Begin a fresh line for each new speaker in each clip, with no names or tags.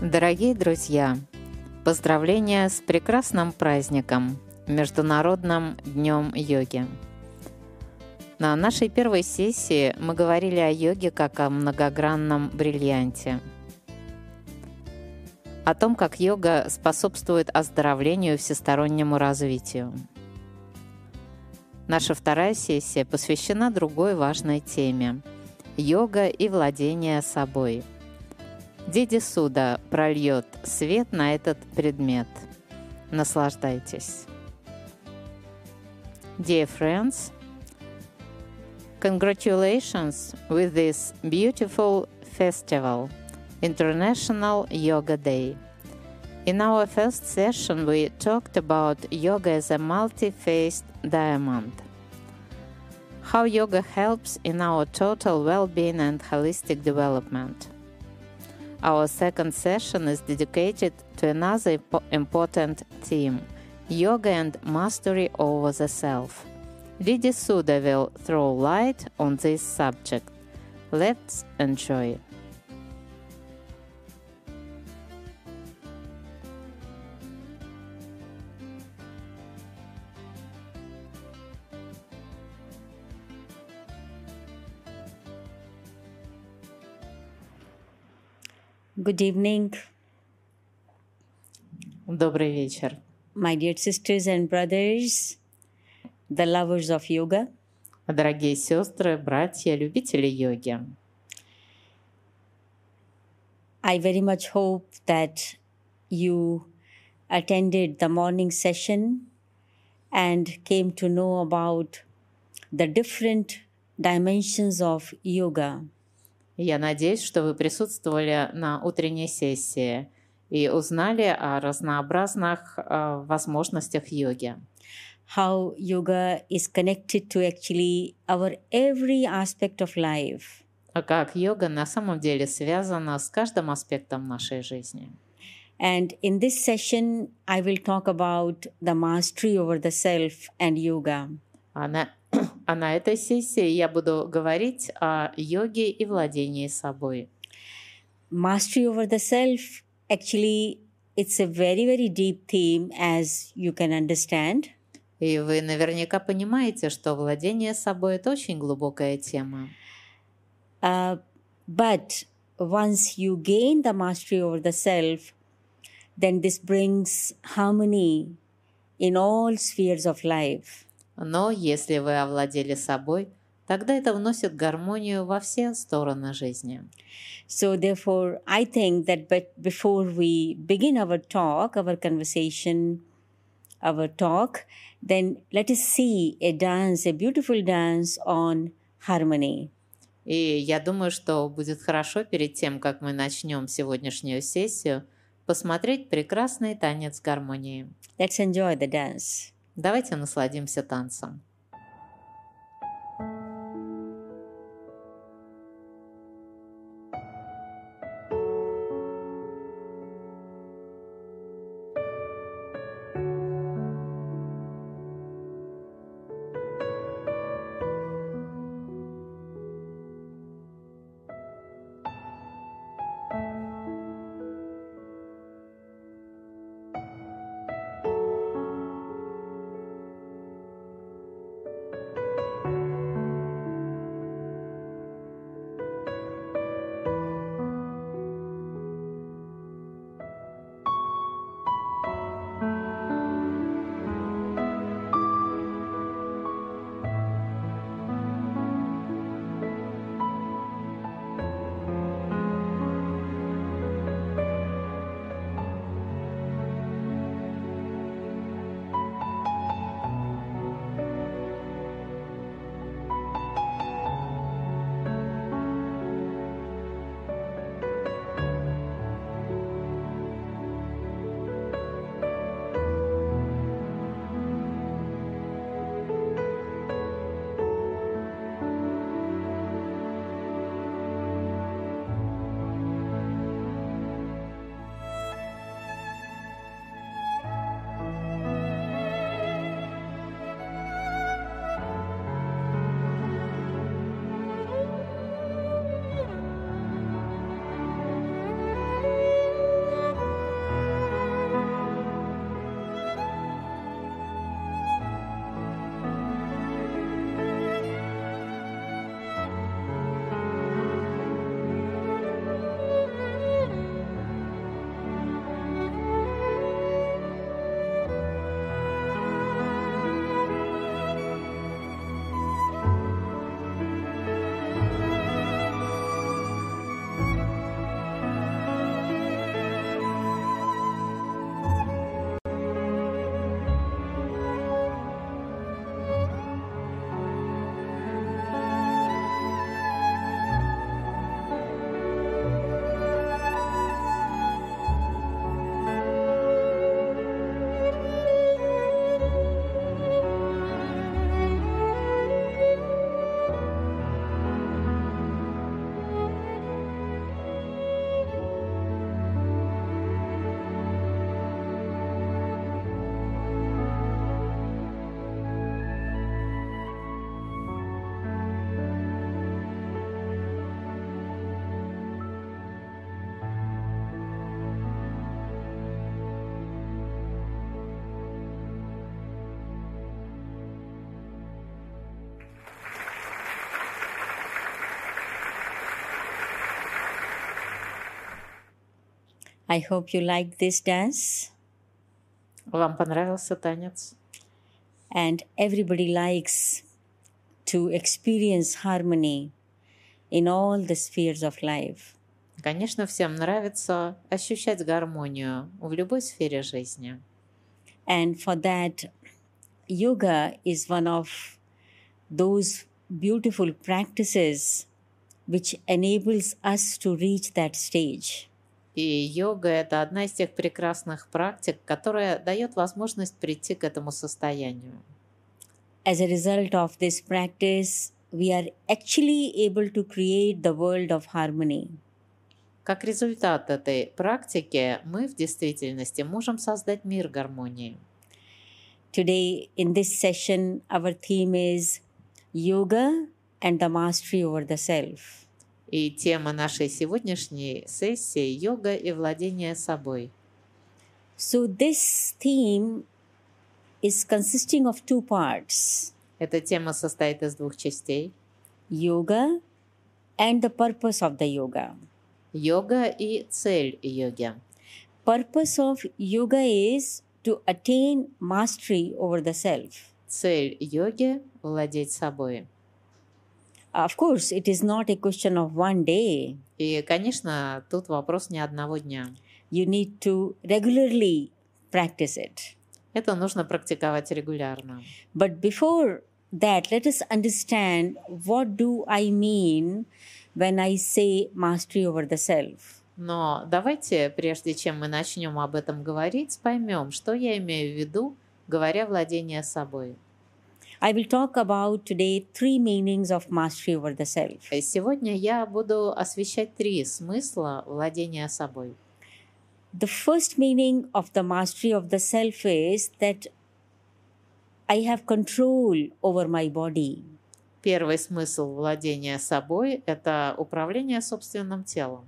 Дорогие друзья, поздравления с прекрасным праздником – Международным днем йоги. На нашей первой сессии мы говорили о йоге как о многогранном бриллианте. О том, как йога способствует оздоровлению и всестороннему развитию. Наша вторая сессия посвящена другой важной теме – йога и владение собой. Диди Суда прольет свет на этот предмет. Наслаждайтесь. Dear friends, congratulations with this beautiful festival, International Yoga Day. In our first session, we talked about yoga as a multi faced diamond. How yoga helps in our total well being and holistic development. Our second session is dedicated to another important theme yoga and mastery over the self. Didi Suda will throw light on this subject. Let's enjoy.
Good evening,
Добрый вечер,
my dear sisters and brothers, the lovers of yoga.
дорогие сестры, братья, любители йоги.
I very much hope that you attended the morning session and came to know about the different dimensions of yoga.
Я надеюсь, что вы присутствовали на утренней сессии и узнали о разнообразных э, возможностях йоги.
How yoga is connected to actually our every aspect of life.
А Как йога на самом деле связана с каждым аспектом нашей жизни.
And in this session, I will talk about the mastery over the self and yoga.
А на, а на этой сессии я буду говорить о йоге и владении собой.
mastery over the self actually it's a very very deep theme as you can understand
И вы наверняка понимаете, что владение собой это очень глубокая тема.
uh, but once you gain the mastery over the self then this brings harmony in all spheres of life
Но если вы овладели собой, тогда это вносит гармонию во все стороны жизни.
so therefore i think that but before we begin our talk our conversation our talk then let us see a dance a beautiful dance on harmony
И я думаю, что будет хорошо перед тем, как мы начнем сегодняшнюю сессию, посмотреть прекрасный танец гармонии.
Let's enjoy the dance.
Давайте насладимся танцем.
I hope you like this dance.
Вам понравился танец?
And everybody likes to experience harmony in all the spheres of life.
Конечно, всем нравится ощущать гармонию в любой сфере жизни.
And for that, yoga is one of those beautiful practices which enables us to reach that stage.
И йога – это одна из тех прекрасных практик, которая дает возможность прийти к этому состоянию.
As a result of this practice, we are actually able to create the world of harmony.
Как результат этой практики мы в действительности можем создать мир гармонии.
Today, in this session, our theme is yoga and the mastery over the self.
И тема нашей сегодняшней сессии – йога и владение собой.
So, this theme is consisting of two parts
Эта тема состоит из двух частей
yoga and the purpose of the yoga.
– йога и цель йоги.
Purpose of yoga is to attain mastery over the self.
Цель йоги – владеть собой.
Of course, it is not a question of one day.
И, конечно, тут вопрос не одного дня.
You need to regularly practice it.
Это нужно практиковать регулярно.
But before that, let us understand what do I mean when I say mastery over the self.
Но давайте, прежде чем мы начнем об этом говорить, поймем, что я имею в виду, говоря владение собой.
I will talk about today three meanings of mastery over the self.
Э, Сегодня я буду освещать три смысла владения собой.
The first meaning of the mastery of the self is that I have control over my body.
Первый смысл владения собой – это управление собственным телом.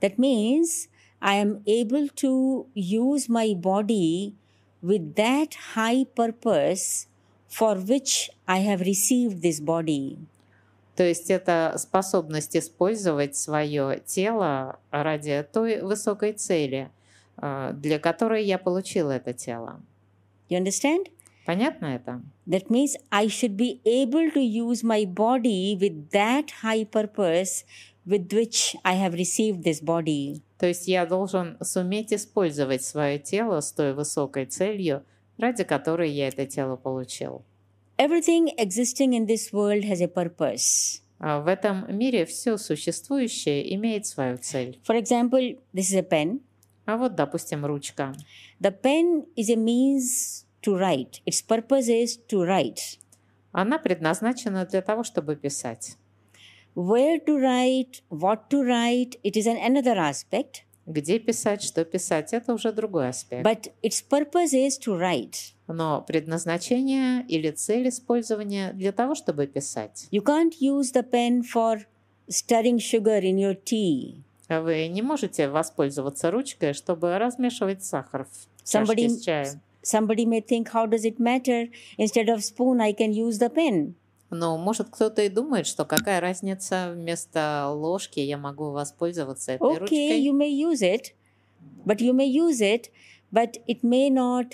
That means I am able to use my body with that high purpose for which I have received this body.
То есть это способность использовать свое тело ради той высокой цели, э, для которой я получила это тело.
You understand?
Понятно это?
That means I should be able to use my body with that high purpose with which I have received this body.
То есть я должен суметь использовать свое тело с той высокой целью, ради которой я это тело получил.
Everything existing in this world has a purpose.
А В этом мире все существующее имеет свою цель.
For example, this is a pen.
А вот, допустим, ручка.
The pen is a means to write, its purpose is to write.
Она предназначена для того, чтобы писать.
Where to write, what to write, it is an another aspect,
Где писать, что писать, это уже другой аспект.
but its purpose is to write.
Но предназначение или цель использования для того, чтобы писать.
You can't use the pen for stirring sugar in your tea.
Вы не можете воспользоваться ручкой, чтобы размешивать сахар в
Somebody-
чашке с чаем.
Somebody may think, how does it matter? Instead of spoon, I can use the pen.
Ну, может, кто-то и думает, что какая разница, вместо ложки я могу воспользоваться этой
Okay,
ручкой.
you may use it, but you may use it, but it may not,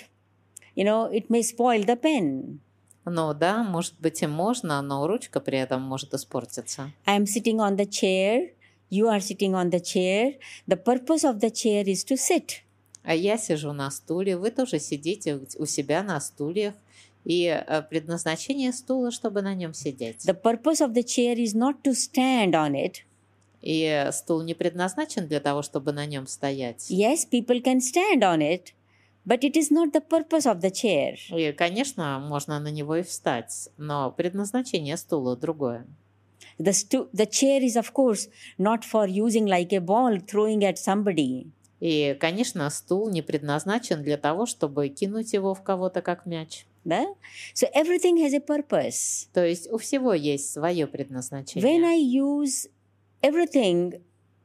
you know, it may spoil the pen.
Ну да, может быть и можно, но ручка при этом может испортиться.
I am sitting on the chair. You are sitting on the chair. The purpose of the chair is to sit.
А я сижу на стуле, вы тоже сидите у- у себя на стульях, и э, предназначение стула, чтобы на нем сидеть.
The purpose of the chair is not to stand on it.
И э, стул не предназначен для того, чтобы на нем стоять.
Yes, people can stand on it, but it is not the purpose of the chair.
И, конечно, можно на него и встать, но предназначение стула другое.
The, stu- the chair is, of course, not for using like a ball throwing at somebody.
И, конечно, стул не предназначен для того, чтобы кинуть его в кого-то как мяч.
The- So everything has a purpose.
То есть у всего есть свое предназначение.
when I use everything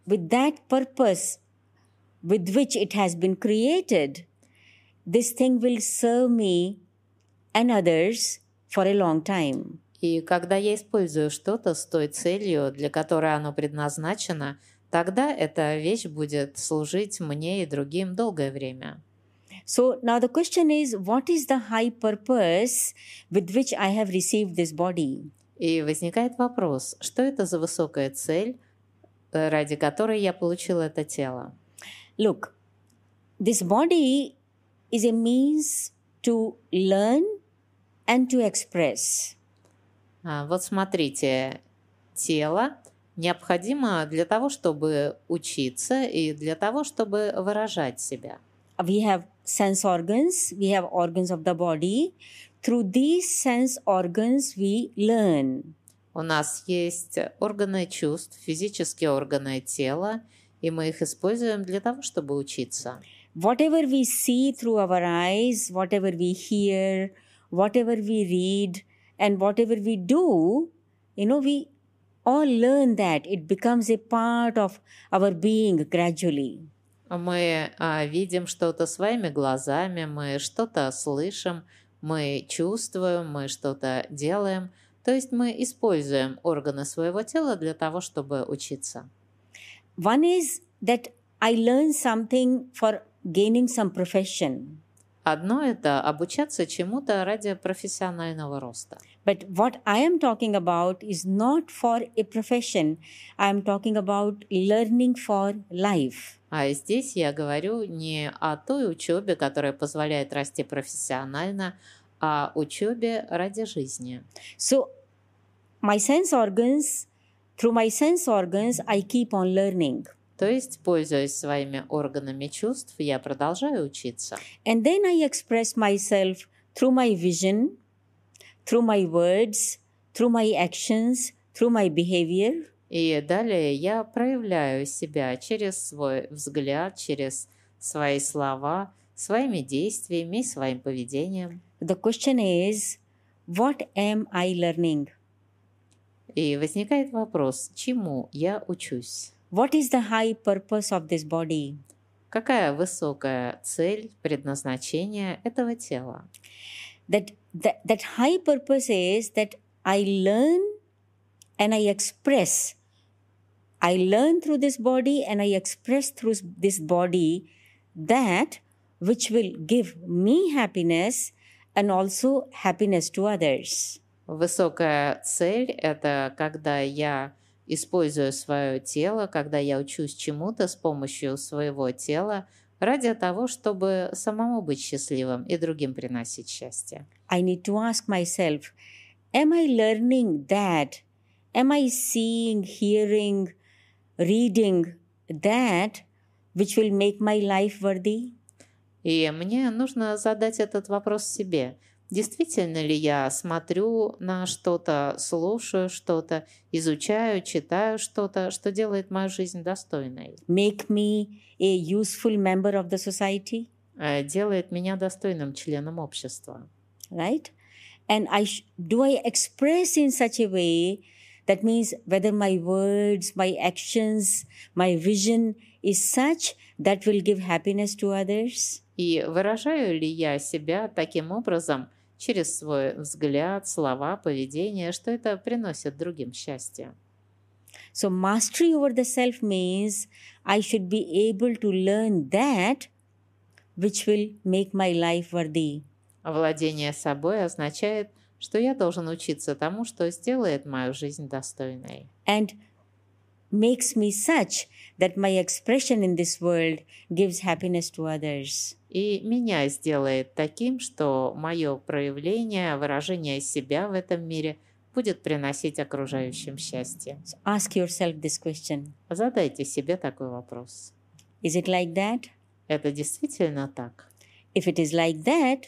with that purpose with which it has been created, this thing will serve me and others for a long time.
И когда я использую что-то с той целью, для которой оно предназначено, Тогда эта вещь будет служить мне и другим долгое время.
So now the question is what is the high purpose with which I have received this body?
И возникает вопрос, что это за высокая цель, э, ради которой я получил это тело?
Look, this body is a means to learn and to express.
А, Вот смотрите, тело необходимо для того, чтобы учиться и для того, чтобы выражать себя.
We have sense organs, we have organs of the body. Through these sense organs, we learn.
У нас есть органы чувств, физические органы тела, и мы их используем для того, чтобы учиться.
Whatever we see through our eyes, whatever we hear, whatever we read, and whatever we do, you know, we all learn that. It becomes a part of our being gradually.
Мы а, видим что-то своими глазами, мы что-то слышим, мы чувствуем, мы что-то делаем. То есть мы используем органы своего тела для того, чтобы учиться.
One is that I learn something for gaining some profession.
Одно это обучаться чему-то ради профессионального роста.
But what I am talking about is not for a profession. I am talking about learning for life.
А здесь я говорю не о той учебе, которая позволяет расти профессионально, а учебе ради жизни.
So, my sense organs, through my sense organs, I keep on learning.
То есть, пользуясь своими органами чувств, я продолжаю учиться.
And then I express myself through my vision, through my words, through my actions, through my behavior.
И далее я проявляю себя через свой взгляд, через свои слова, своими действиями и своим поведением.
The question is, what am I learning?
И возникает вопрос, чему я учусь?
What is the high purpose of this body?
Какая высокая цель, предназначение этого тела?
That, that that high purpose is that I learn and I express. I learn through this body and I express through this body that which will give me happiness and also happiness to others.
Высокая цель – это когда я использую свое тело, когда я учусь чему-то с помощью своего тела ради того, чтобы самому быть счастливым и другим приносить счастье.
I need to ask myself, am I learning that? Am I seeing, hearing, reading that which will make my life worthy?
И мне нужно задать этот вопрос себе. Действительно ли я смотрю на что-то, слушаю что-то, изучаю, читаю что-то, что делает мою жизнь достойной,
Make me a useful member of the society,
э, делает меня достойным членом общества?
right? And I sh- do I express in such a way that means whether my words, my actions, my vision is such that will give happiness to others?
И выражаю ли я себя таким образом через свой взгляд, слова, поведение, что это приносит другим счастье?
So, mastery over the self means I should be able to learn that which will make my life worthy.
Владение собой означает, что я должен учиться тому, что сделает мою жизнь достойной.
and makes me such that my expression in this world gives happiness to others.
И меня сделает таким, что мое проявление, выражение себя в этом мире будет приносить окружающим счастье.
So ask yourself this question
Задайте себе такой вопрос.
Is it like that?
Это действительно так?
If it is like that,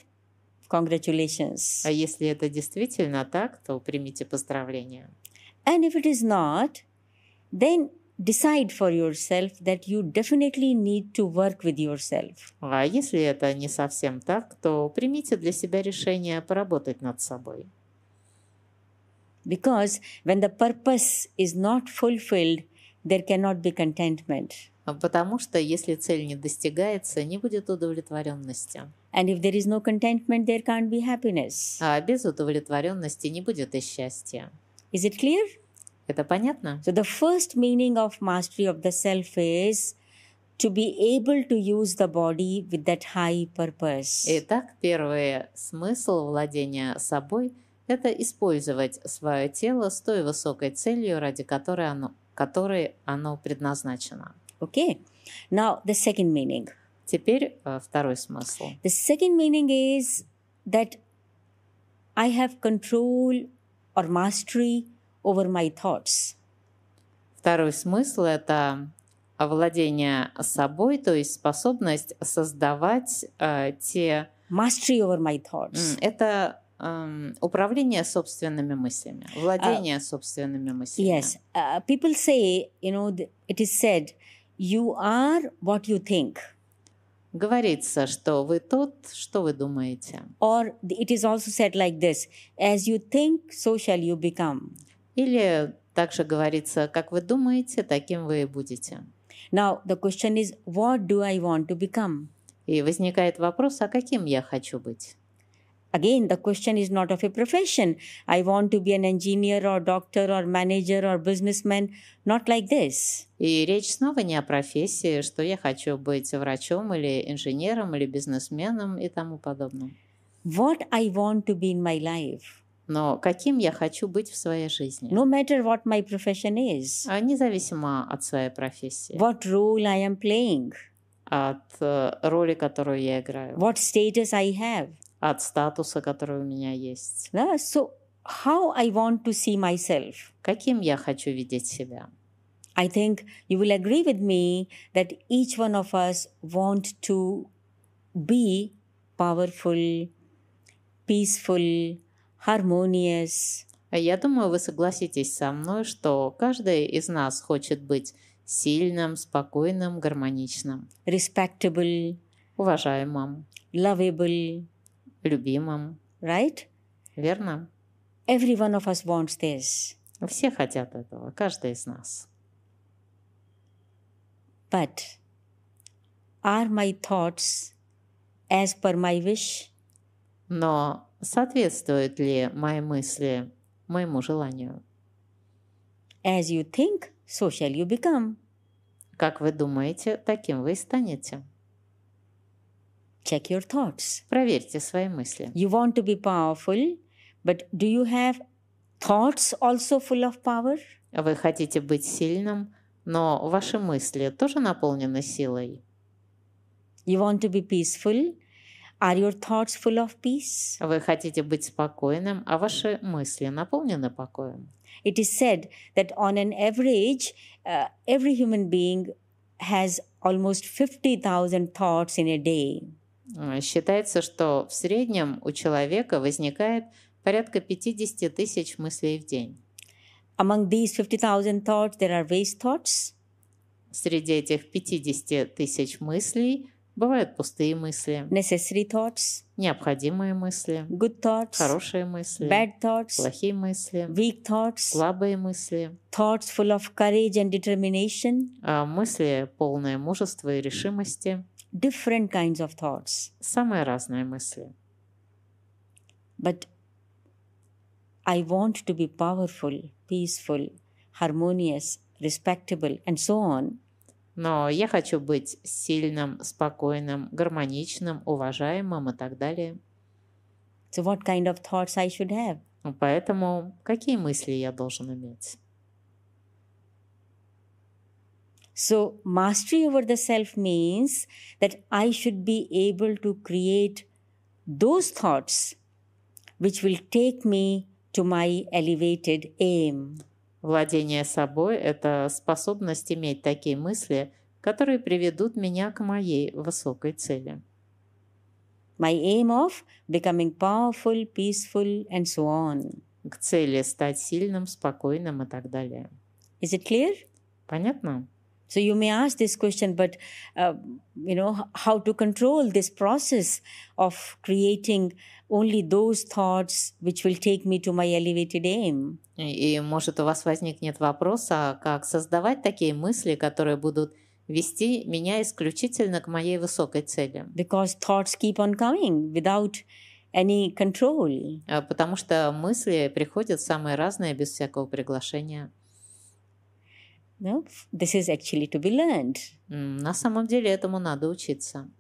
congratulations.
А если это действительно так, то примите поздравления.
And if it is not, then decide for yourself that you definitely need to work with yourself.
А если это не совсем так, то примите для себя решение поработать над собой.
Because when the purpose is not fulfilled, there cannot be contentment.
А Потому что если цель не достигается, не будет удовлетворенности.
And if there is no contentment, there can't
Uh.
be happiness.
А без удовлетворенности не будет и счастья.
Is it clear?
Это понятно?
So, the first meaning of mastery of the self is to be able to use the body with that high purpose.
Итак, первый смысл владения собой – это использовать свое тело с той высокой целью, ради которой оно, которой оно предназначено.
Okay. Now, the second meaning.
Теперь э, второй смысл.
The second meaning is that I have control or mastery over my thoughts.
Второй смысл – это овладение собой, то есть способность создавать э, те…
Mastery over my
м,
thoughts.
Это эм, управление собственными мыслями, владение собственными мыслями.
Yes. Uh, people say, you know, th- it is said, you are what you think.
Говорится, что вы тот, что вы думаете.
Or th- it is also said like this as you think, so shall you become.
Или также говорится, как вы думаете, таким вы и будете.
Now, the question is, what do I want to become?
И возникает вопрос, а каким я хочу быть?
Again, the question is not of a profession. I want to be an engineer or doctor or manager or businessman. Not like this.
И речь снова не о профессии, что я хочу быть врачом или инженером или бизнесменом и тому подобное.
What I want to be in my life,
Но каким я хочу быть в своей жизни?
no matter what my profession is,
А независимо от своей профессии,
what role I am playing,
от э, роли, которую я играю,
what status I have.
от статуса, который у меня есть.
Yeah, So, how I want to see myself.
Каким я хочу видеть себя?
I think you will agree with me that each one of us want to be powerful, peaceful, harmonious,
Я думаю, вы согласитесь со мной, что каждый из нас хочет быть сильным, спокойным, гармоничным,
respectable,
уважаемым,
lovable,
любимым,
right?
верно?
Every one of us wants this.
Все хотят этого, каждый из нас.
But are my thoughts as per my wish?
Но соответствуют ли мои мысли моему желанию?
As you think, so shall you become.
Как вы думаете, таким вы и станете.
Check your thoughts.
Проверьте свои мысли.
You want to be powerful, but do you have thoughts also full of power?
Вы хотите быть сильным, но ваши мысли тоже наполнены силой.
You want to be peaceful? Are your thoughts full of peace?
Вы хотите быть спокойным, а ваши мысли наполнены покоем.
It is said that on an average, uh, every human being has almost 50,000 thoughts in a day.
Э, Считается, что в среднем у человека возникает порядка 50 тысяч мыслей в день.
Among these 50,000 thoughts, there are waste thoughts,
Среди этих 50 тысяч мыслей бывают пустые мысли,
necessary thoughts,
необходимые мысли,
good thoughts,
хорошие мысли,
bad thoughts,
плохие мысли,
weak thoughts,
слабые мысли,
thoughts full of courage and determination.
а мысли полные мужества и решимости,
different kinds of thoughts.
самые разные мысли.
But I want to be powerful, peaceful, harmonious, respectable, and so on.
Но я хочу быть сильным, спокойным, гармоничным, уважаемым и так далее.
So, what kind of thoughts I should have?
Ну, Поэтому какие мысли я должен иметь?
So, mastery over the self means that I should be able to create those thoughts which will take me to my elevated aim.
Владение собой – это способность иметь такие мысли, которые приведут меня к моей высокой цели.
My aim of becoming powerful, peaceful, and so on.
К цели стать сильным, спокойным и так далее.
Is it clear?
Понятно?
So you may ask this question, but uh, you know h- how to control this process of creating only those thoughts which will take me to my elevated aim.
И, и, может, у вас возникнет вопрос, а как создавать такие мысли, которые будут вести меня исключительно к моей высокой цели?
Because thoughts keep on coming without any control.
А, Потому что мысли приходят самые разные, без всякого приглашения.
No, this is actually to be learned.
М, На самом деле этому надо учиться.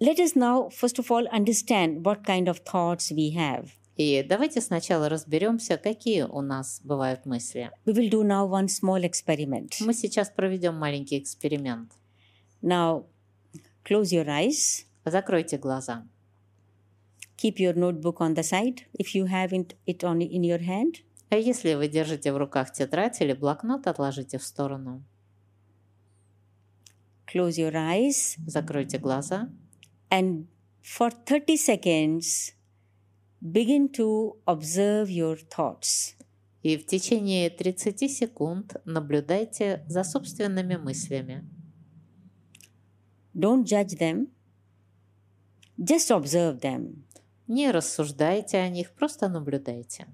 Let us now, first of all, understand what kind of thoughts we have.
И давайте сначала разберемся, какие у нас бывают мысли.
We will do now one small experiment.
Мы сейчас проведем маленький эксперимент.
Now, close your eyes,
Закройте глаза.
keep your notebook on the side if you have it it on in your hand,
А если вы держите в руках тетрадь или блокнот, отложите в сторону.
close your eyes,
Закройте глаза.
and for 30 seconds, begin to observe your thoughts.
И в течение 30 секунд наблюдайте за собственными мыслями.
Don't judge them, just observe them.
Не рассуждайте о них, просто наблюдайте.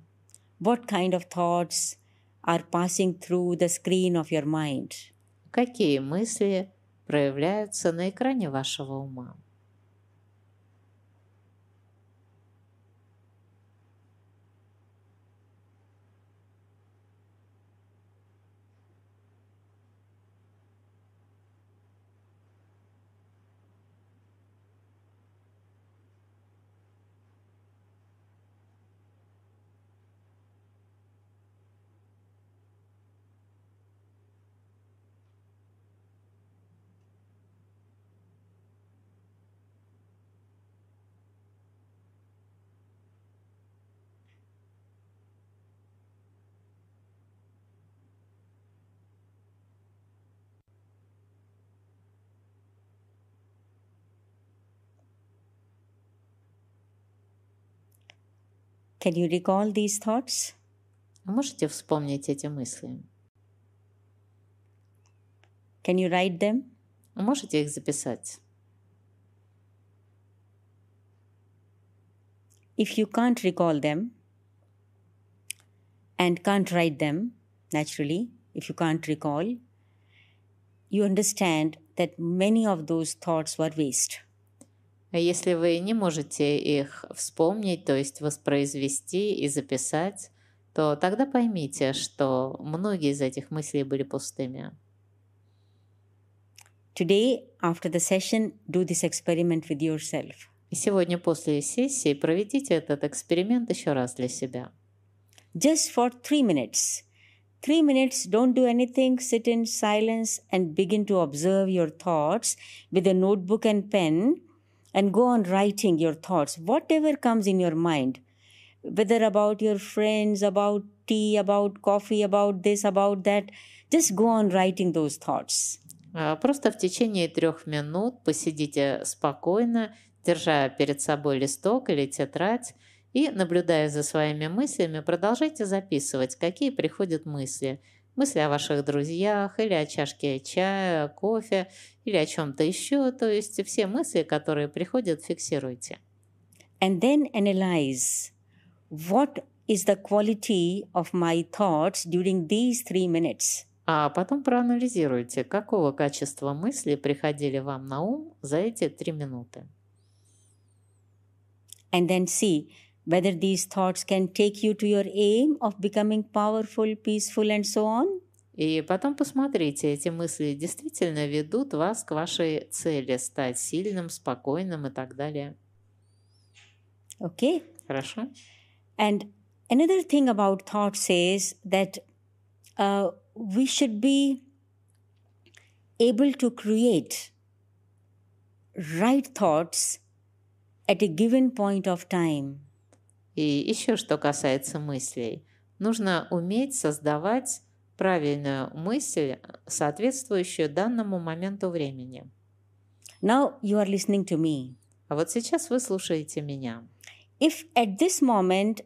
What kind of thoughts are passing through the screen of your mind?
Какие мысли проявляются на экране вашего ума?
Can you recall these thoughts?
Можете вспомнить эти мысли?
Can you write them?
Можете их записать?
If you can't recall them and can't write them, naturally, if you can't recall, you understand that many of those thoughts were waste.
А Если вы не можете их вспомнить, то есть воспроизвести и записать, то тогда поймите, что многие из этих мыслей были пустыми.
Today, after the session, do this experiment with yourself.
И сегодня после сессии проведите этот эксперимент еще раз для себя.
Just for three minutes. Three minutes, don't do anything, sit in silence and begin to observe your thoughts with a notebook and pen and go on writing your thoughts, whatever comes in your mind, whether about your friends, about tea, about coffee, about this, about that. Just go on writing those thoughts.
А, Просто в течение трех минут посидите спокойно, держа перед собой листок или тетрадь, и, наблюдая за своими мыслями, продолжайте записывать, какие приходят мысли. Мысли о ваших друзьях, или о чашке чая, кофе, или о чем-то еще. То есть все мысли, которые приходят, фиксируйте.
and then analyze what is the quality of my thoughts during these three minutes.
А потом проанализируйте, какого качества мысли приходили вам на ум за эти три минуты.
And then see whether these thoughts can take you to your aim of becoming powerful, peaceful, and so on.
И потом посмотрите, эти мысли действительно ведут вас к вашей цели стать сильным, спокойным и так далее.
Okay.
Хорошо?
And another thing about thoughts is that uh, we should be able to create right thoughts at a given point of time.
И еще что касается мыслей. Нужно уметь создавать правильную мысль, соответствующую данному моменту времени.
Now you are listening to me.
А вот сейчас вы слушаете меня.
If at this moment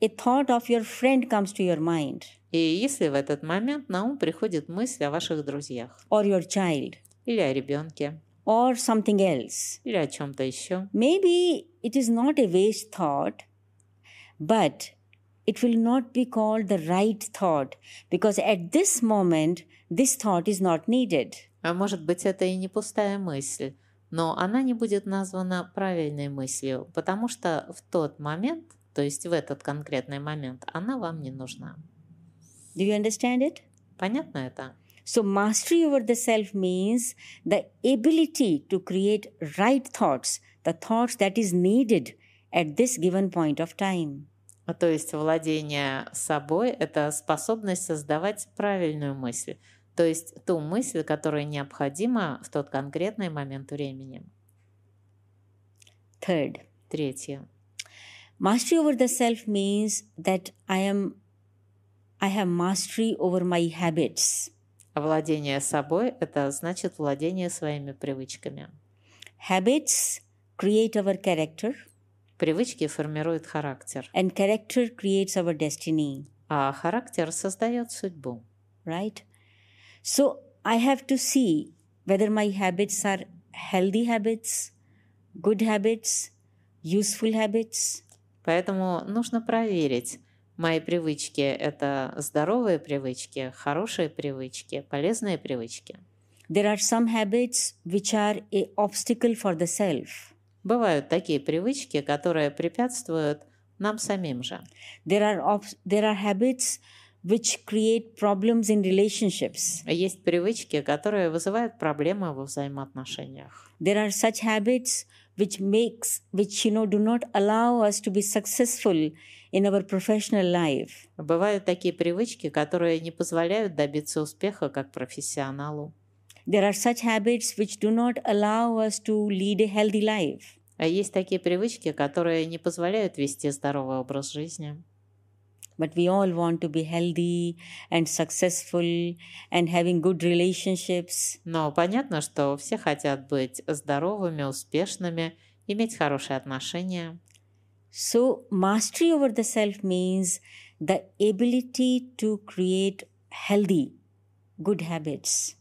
a thought of your friend comes to your mind
И если в этот момент на ум приходит мысль о ваших друзьях,
or your child
или о ребенке,
or something else,
или о чем-то еще,
maybe it is not a waste thought, but it will not be called the right thought because at this moment this thought is not needed.
А может быть, это и не пустая мысль, но она не будет названа правильной мыслью, потому что в тот момент, то есть в этот конкретный момент, она вам не нужна.
Do you understand it?
Понятно это?
So, mastery over the self means the ability to create right thoughts, the thoughts that is needed at this given point of time.
А То есть владение собой – это способность создавать правильную мысль, то есть ту мысль, которая необходима в тот конкретный момент времени.
Third,
Третье.
mastery over the self means that I am I have mastery over my habits.
Владение собой – это значит владение своими привычками.
Habits create our character
Привычки формируют характер,
and character creates our destiny.
а характер создает судьбу.
right? So I have to see whether my habits are healthy habits, good habits, useful habits,
Поэтому нужно проверить, мои привычки – это здоровые привычки, хорошие привычки, полезные привычки.
there are some habits which are a obstacle for the self
Бывают такие привычки, которые препятствуют нам самим же.
there are ob- there are habits which create problems in relationships
Есть привычки, которые вызывают проблемы во взаимоотношениях.
there are such habits which makes which you know do not allow us to be successful in our professional life
Бывают такие привычки, которые не позволяют добиться успеха как профессионалу.
There are such habits which do not allow us to lead a healthy life.
А есть такие привычки, которые не позволяют вести здоровый образ жизни.
But we all want to be healthy and successful and having good relationships.
Но понятно, что все хотят быть здоровыми, успешными, иметь хорошие отношения.
So, mastery over the self means the ability to create healthy, good habits.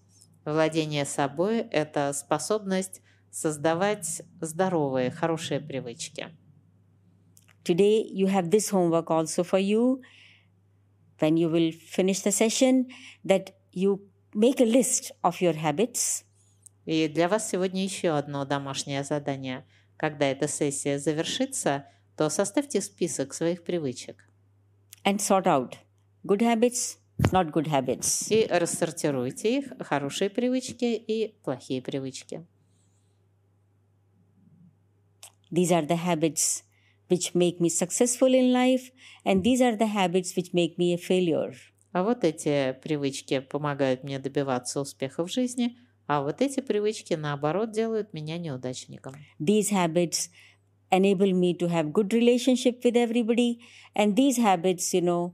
Владение собой – это способность создавать здоровые, хорошие привычки.
Today, you have this homework also for you. When you will finish the session, that you make a list of your habits
И для вас сегодня еще одно домашнее задание. Когда эта сессия завершится, то составьте список своих привычек
and sort out good habits, not good habits.
и рассортируйте их хорошие привычки и плохие привычки.
These are the habits which make me successful in life, and these are the habits which make me a failure.
А вот эти привычки помогают мне добиваться успеха в жизни, а вот эти привычки, наоборот, делают меня неудачником.
These habits enable me to have good relationship with everybody, and these habits, you know,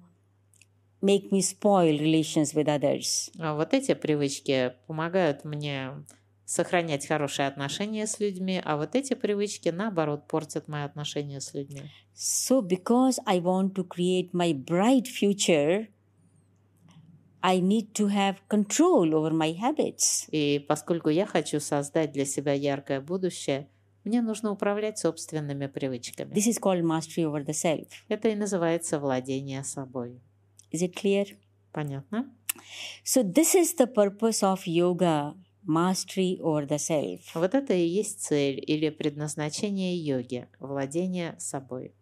make me spoil relations with others.
А вот эти привычки помогают мне сохранять хорошие отношения с людьми, а вот эти привычки, наоборот, портят мои отношения с людьми.
So, because I want to create my bright future, I need to have control over my habits.
И поскольку я хочу создать для себя яркое будущее, мне нужно управлять собственными привычками.
This is called mastery over the self.
Это и называется владение собой.
Is it clear?
Понятно?
So, this is the purpose of yoga mastery over the self.
Вот это и есть цель или предназначение йоги – владение собой.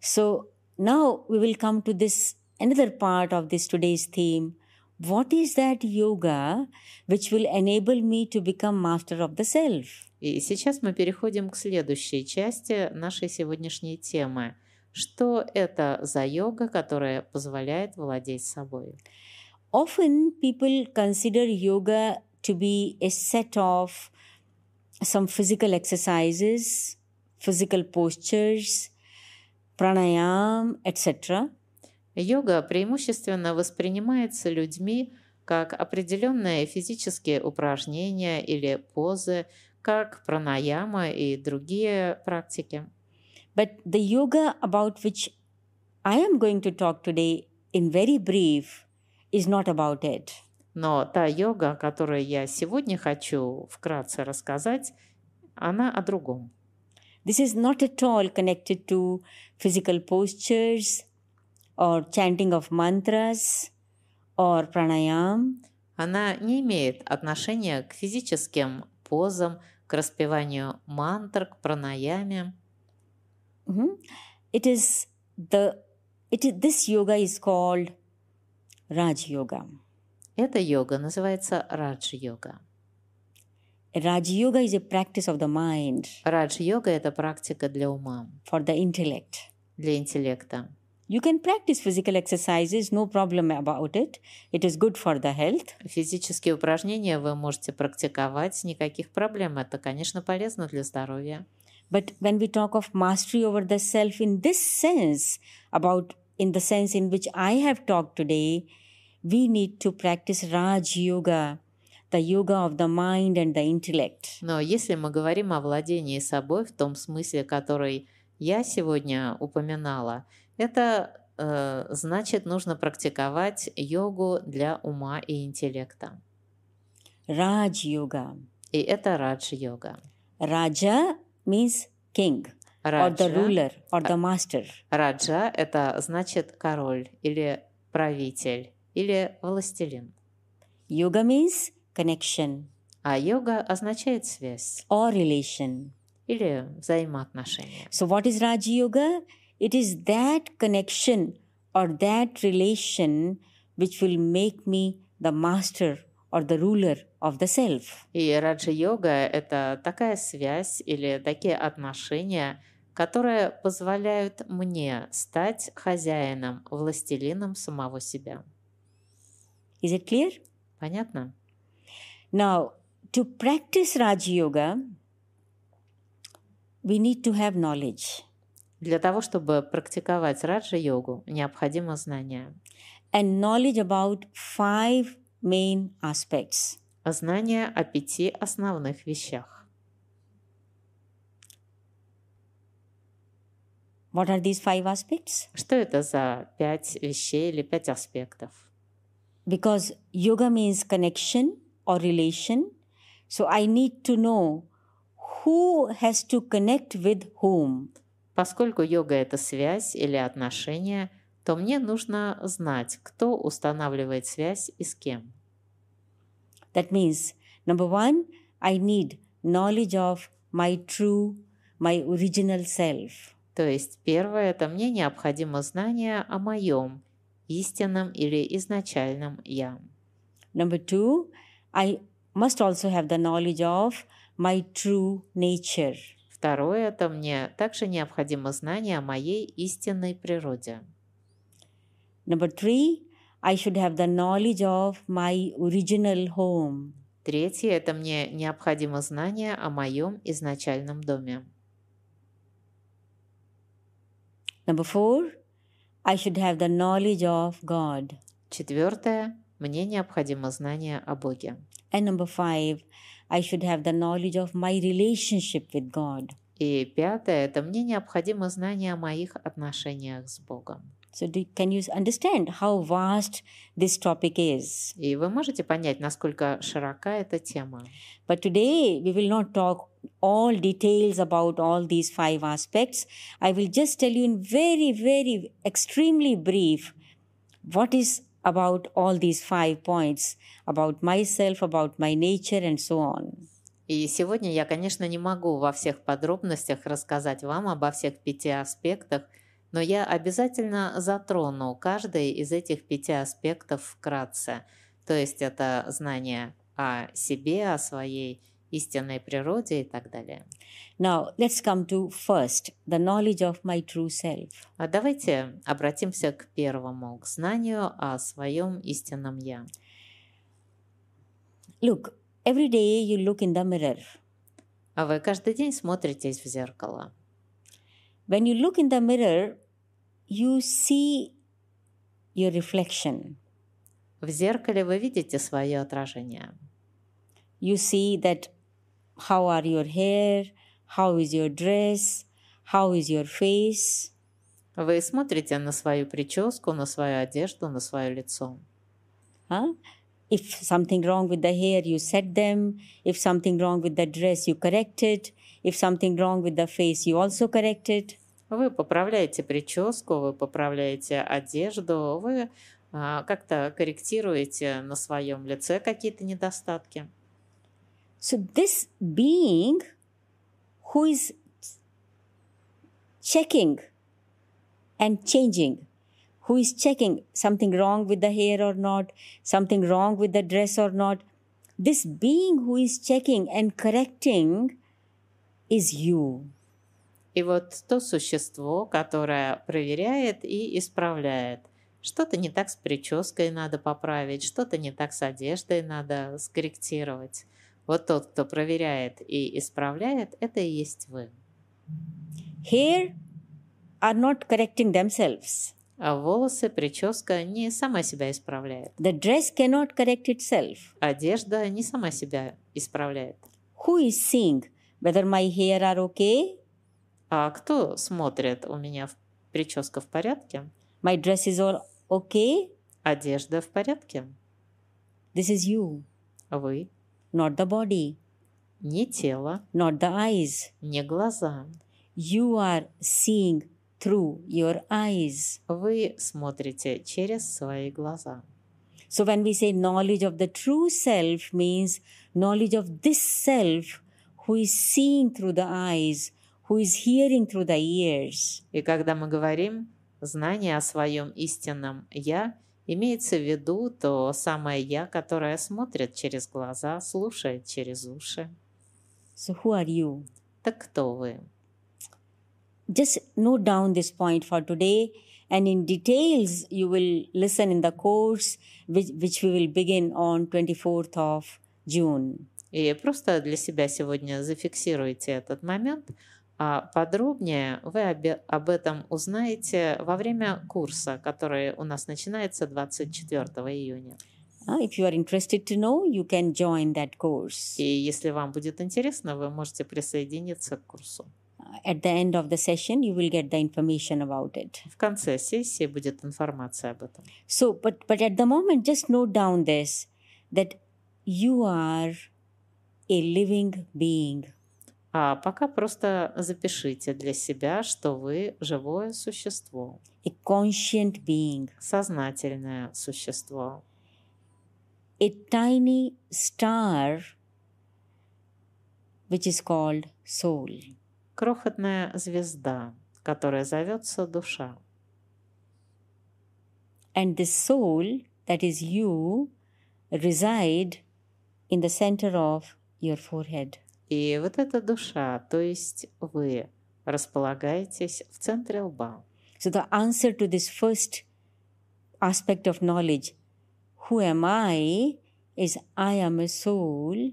So, now we will come to this another part of this today's theme. What is that yoga which will enable me to become master of the self?
И сейчас мы переходим к следующей части нашей сегодняшней темы. Что это за йога, которая позволяет владеть собой?
Often people consider yoga to be a set of some physical exercises, physical postures, pranayam, etc.
Йога преимущественно воспринимается людьми как определенные физические упражнения или позы, как пранаяма и другие практики.
But the yoga about which I am going to talk today, in very brief, is not about it.
Но та йога, о которой я сегодня хочу вкратце рассказать, она о другом.
This is not at all connected to physical postures or chanting of mantras or pranayam.
Она не имеет отношения к физическим позам, к распеванию мантр, к пранаяме.
Mhm. It is the it is, this yoga is called Raj Yoga.
Эта йога называется радж-йога.
Raj Yoga is a practice of the mind
Радж-йога – это практика для ума,
for the intellect.
для интеллекта.
You can practice physical exercises, no problem about it. It is good for the health.
Физические упражнения вы можете практиковать, никаких проблем. Это, конечно, полезно для здоровья.
But when we talk of mastery over the self in this sense, about in the sense in which I have talked today, we need to practice Raj Yoga, the yoga of the mind and the intellect.
Но если мы говорим о владении собой в том смысле, который я сегодня упоминала, это э, значит, нужно практиковать йогу для ума и интеллекта.
Raj Yoga.
И это радж-йога.
Raja means king or the
Раджа,
ruler or the master.
раджа – это значит король или правитель или властелин.
Yoga means connection
А йога означает связь
or relation.
или взаимоотношения.
So, what is Raj Yoga? It is that connection or that relation which will make me the master or the ruler of the self.
И раджа-йога – это такая связь или такие отношения, которые позволяют мне стать хозяином, властелином самого себя.
Is it clear?
Понятно?
Now, to practice Raj Yoga, we need to have knowledge.
Для того, чтобы практиковать раджа-йогу, необходимо знание.
and knowledge about five main aspects
Знание о пяти основных вещах.
what are these five aspects
Что это за пять вещей или пять аспектов?
because yoga means connection or relation so i need to know who has to connect with whom
Поскольку йога – это связь или отношения, то мне нужно знать, кто устанавливает связь и с кем.
that means number 1 i need knowledge of my true my original self
То есть первое – это мне необходимо знание о моем истинном или изначальном «я».
number 2 i must also have the knowledge of my true nature
Второе – это мне также необходимо знание о моей истинной природе.
Number three, I should have the knowledge of my original home.
Третье – это мне необходимо знание о моем изначальном доме.
Number four, I should have the knowledge of God.
Четвертое – мне необходимо знание о Боге.
And number five, I should have the knowledge of my relationship with God.
И пятое – это мне необходимо знание о моих отношениях с Богом.
So, do, can you understand how vast this topic is?
И вы можете понять, насколько широка эта тема.
But today, we will not talk all details about all these five aspects. I will just tell you in very, very extremely brief what is about all these five points about myself, about my nature, and so on.
И сегодня я, конечно, не могу во всех подробностях рассказать вам обо всех пяти аспектах, но я обязательно затрону каждый из этих пяти аспектов вкратце. То есть это знание о себе, о своей истинной природе и так далее.
Now, let's come to first the knowledge of my true self.
А давайте обратимся к первому, к знанию о своем истинном «я».
Look, every day you look in the mirror.
А вы каждый день смотритесь в зеркало.
When you look in the mirror, you see your reflection.
В зеркале вы видите свое отражение.
you see that how are your hair how is your dress how is your face
Вы смотрите на свою прическу, на свою одежду, на свое лицо.
huh? if something wrong with the hair you set them if something wrong with the dress you correct it if something wrong with the face you also correct it
Вы поправляете прическу, вы поправляете одежду, вы а, как-то корректируете на своем лице какие-то недостатки.
so this being who is checking and changing who is checking something wrong with the hair or not, something wrong with the dress or not. This being who is checking and correcting is you.
И вот то существо, которое проверяет и исправляет. Что-то не так с прической надо поправить, что-то не так с одеждой надо скорректировать. Вот тот, кто проверяет и исправляет, это и есть вы.
Hair are not correcting themselves.
А волосы, прическа не сама себя исправляет.
The dress cannot correct itself.
Одежда не сама себя исправляет.
Who is seeing whether my hair are okay,
А кто смотрит, у меня в- прическа в порядке,
my dress is all okay?
одежда в порядке,
This is you,
вы
not the body,
не тело,
not the eyes.
не глаза.
You are seeing through your eyes.
Вы смотрите через свои глаза.
So when we say knowledge of the true self means knowledge of this self who is seeing through the eyes, who is hearing through the ears.
И когда мы говорим «знание о своем истинном «я», имеется в виду то самое «я», которое смотрит через глаза, слушает через уши.
So who are you?
Так кто вы?
Just note down this point for today and in details you will listen in the course which, which we will begin on 24th of June.
И просто для себя сегодня зафиксируйте этот момент, а подробнее вы обе- об этом узнаете во время курса, который у нас начинается 24 июня.
Uh, if you are interested to know, you can join that course.
И если вам будет интересно, вы можете присоединиться к курсу.
Uh, At the end of the session, you will get the information about it.
В конце сессии будет информация об этом.
So, but but at the moment, just note down this that you are a living being.
А пока просто запишите для себя, что вы живое существо,
A conscient being,
сознательное существо,
a tiny star which is called soul.
крохотная звезда, которая зовется душа.
And this soul, that is you, reside in the center of your forehead.
И вот эта душа, то есть вы, располагаетесь в центре лба.
So, the answer to this first aspect of knowledge, who am I, is I am a soul,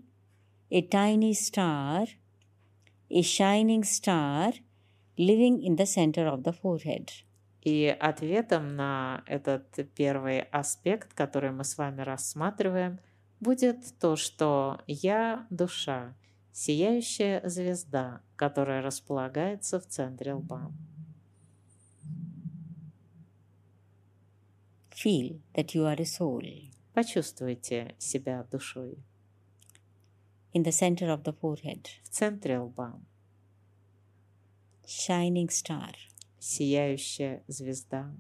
a tiny star, a shining star living in the center of the forehead.
И ответом на этот первый аспект, который мы с вами рассматриваем, будет то, что я душа, сияющая звезда, которая располагается в центре лба.
Feel that you are a soul
Почувствуйте себя душой
in the center of the forehead,
в центре лба,
shining star.
сияющая звезда.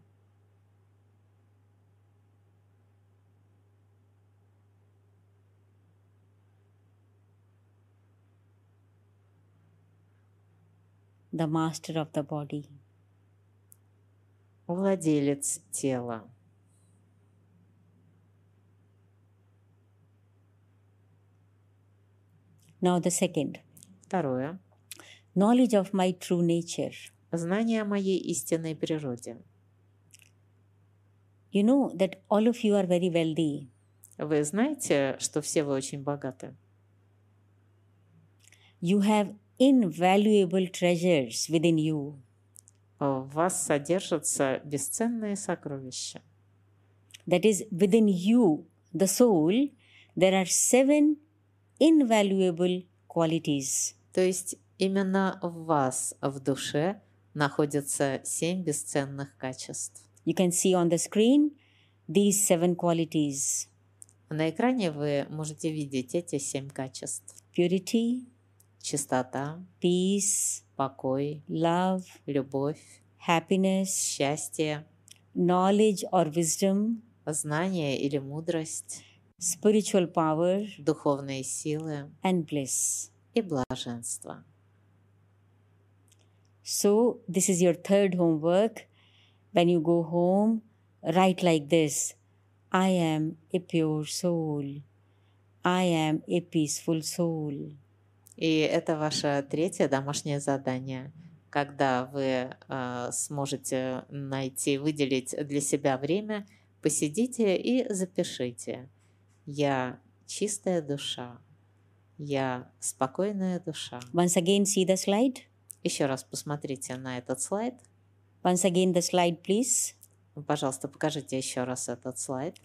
the master of the body.
владелец тела.
Now, the second
Второе.
knowledge of my true nature.
Знание о моей истинной природе.
You know that all of you are very wealthy,
Вы знаете, что все вы очень богаты.
you have invaluable treasures within you.
А В вас содержатся бесценные сокровища.
That is, within you, the soul, there are seven invaluable qualities.
То есть именно в вас, в душе, находятся семь бесценных качеств.
You can see on the screen these seven qualities
На экране вы можете видеть эти семь качеств.
purity,
Чистота,
peace,
покой,
love,
любовь,
happiness,
счастье,
knowledge or wisdom,
знание или мудрость,
spiritual power,
духовные силы
and bliss.
и блаженство.
So, this is your third homework. When you go home, write like this I am a pure soul. I am a peaceful soul.
И это ваше третье домашнее задание. Когда вы э, сможете найти, выделить для себя время, посидите и запишите. Я чистая душа. Я спокойная душа.
Once again, see the slide.
Еще раз посмотрите на этот слайд.
Once again, the slide, please.
Пожалуйста, покажите еще раз этот слайд.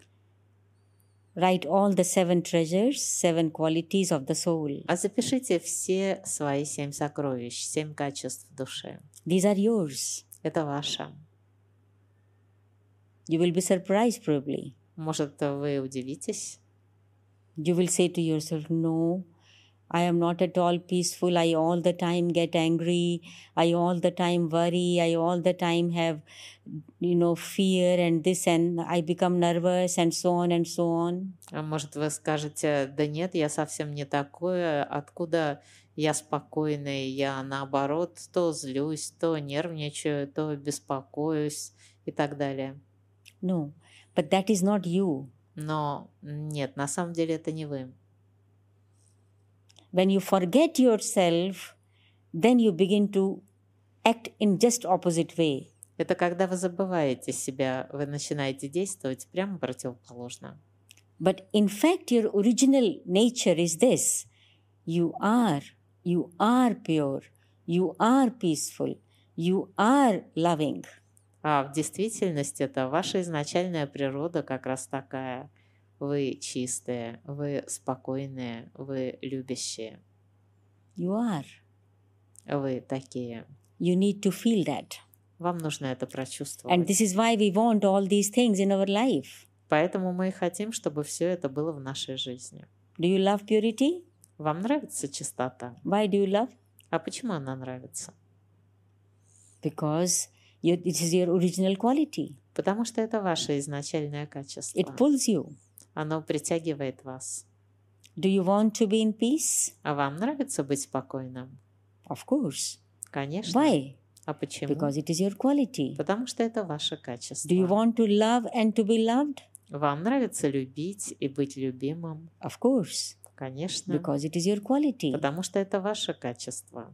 Write all the seven treasures, seven qualities of the soul.
А запишите все свои семь сокровищ, семь качеств души.
These are yours.
Это ваше.
You will be surprised, probably.
Может, вы удивитесь?
You will say to yourself, No, I am not at all peaceful. I all the time get angry. I all the time worry. I all the time have, you know, fear and this, and I become nervous and so on and so on.
А Может, вы скажете, да нет, я совсем не такое, откуда я спокойный, я наоборот то злюсь, то нервничаю, то беспокоюсь и так далее.
No, but that is not you.
Но нет, на самом деле это не вы.
When you forget yourself, then you begin to act in just opposite way.
Это когда вы забываете себя, вы начинаете действовать прямо противоположно.
But in fact, your original nature is this you are, you are pure, you are peaceful, you are loving.
А в действительности это ваша изначальная природа как раз такая. Вы чистые, вы спокойные, вы любящие,
You are.
вы такие.
You need to feel that.
Вам нужно это
And
прочувствовать.
this is why we want all these things in our life.
Поэтому мы и хотим, чтобы все это было в нашей жизни.
Do you love purity?
Вам нравится чистота?
Why do you love?
А почему она нравится?
Because you, it is your original quality.
Потому что это ваше изначальное качество.
It pulls you.
Оно притягивает вас.
Do you want to be in peace?
А вам нравится быть спокойным?
Of course.
Конечно.
Why?
А почему?
Because it is your quality.
Потому что это ваше качество.
Do you want to love and to be loved?
Вам нравится любить и быть любимым?
Of course,
Конечно.
because it is your quality.
Потому что это ваше качество.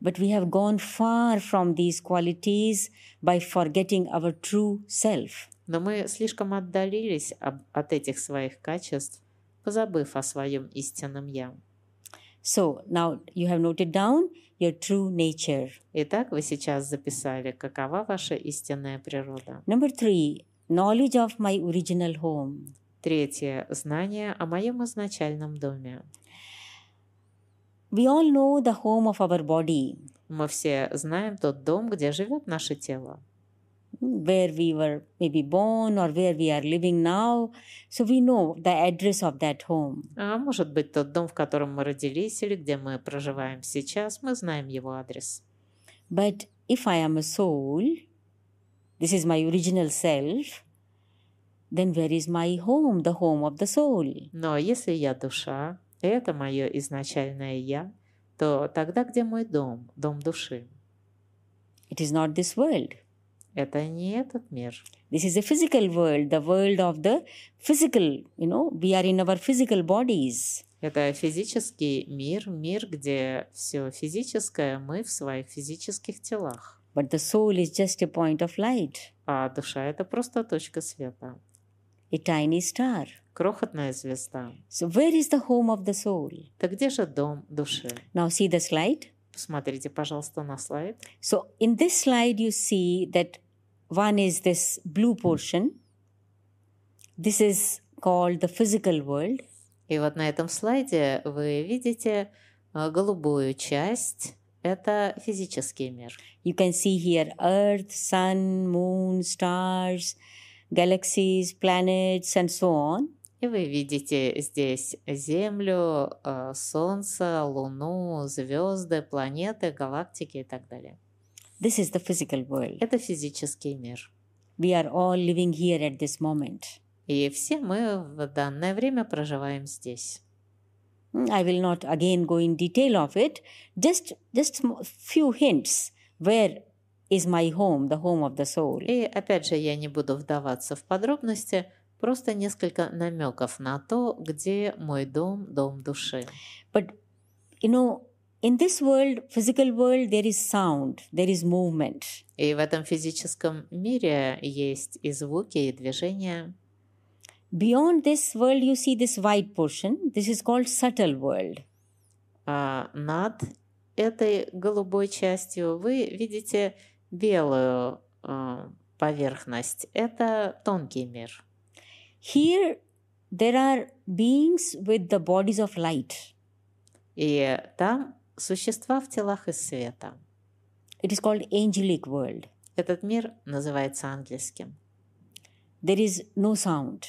But we have gone far from these qualities by forgetting our true self.
Но мы слишком отдалились об- от этих своих качеств, позабыв о своем истинном «я».
So now you have noted down your true nature.
Итак, вы сейчас записали, какова ваша истинная природа.
Number three, knowledge of my original home.
Третье – знание о моем изначальном доме.
We all know the home of our body,
Мы все знаем тот дом, где живет наше тело.
where we were maybe born or where we are living now. So we know the address of that home.
А может быть, тот дом, в котором мы родились или где мы проживаем сейчас, мы знаем его адрес.
But if I am a soul, this is my original self, then where is my home, the home of the soul?
Но если я душа, и это мое изначальное «я», то тогда где мой дом, дом души?
It is not this world.
Это не этот мир.
This is a physical world, the world of the physical. You know, we are in our physical bodies.
Это физический мир, мир, где все физическое, мы в своих физических телах.
But the soul is just a point of light,
А душа — это просто точка света,
a tiny star.
крохотная звезда.
So, where is the home of the soul?
Так где же дом души?
Now, see the slide.
Посмотрите, пожалуйста, на слайд.
So, in this slide, you see that one is this blue portion. This is called the physical world.
И вот на этом слайде вы видите э, голубую часть. Это физический мир.
You can see here Earth, Sun, Moon, stars, galaxies, planets, and so on.
И вы видите здесь Землю, э, Солнце, Луну, звезды, планеты, галактики и так далее.
This is the physical world.
Это физический мир.
We are all living here at this moment.
И все мы в данное время проживаем здесь.
Hmm, I will not again go in detail of it. Just just sm- few hints where is my home, the home of the soul.
И опять же, я не буду вдаваться в подробности, просто несколько намеков на то, где мой дом, дом души.
But you know, in this world, physical world, there is sound, there is movement.
И в этом физическом мире есть и звуки, и движения.
Beyond this world, you see this wide portion. This is called subtle world.
А над этой голубой частью вы видите белую э, поверхность. Это тонкий мир.
Here, there are beings with the bodies of light.
И там существа в телах из света.
It is called angelic world.
Этот мир называется ангельским.
There is no sound.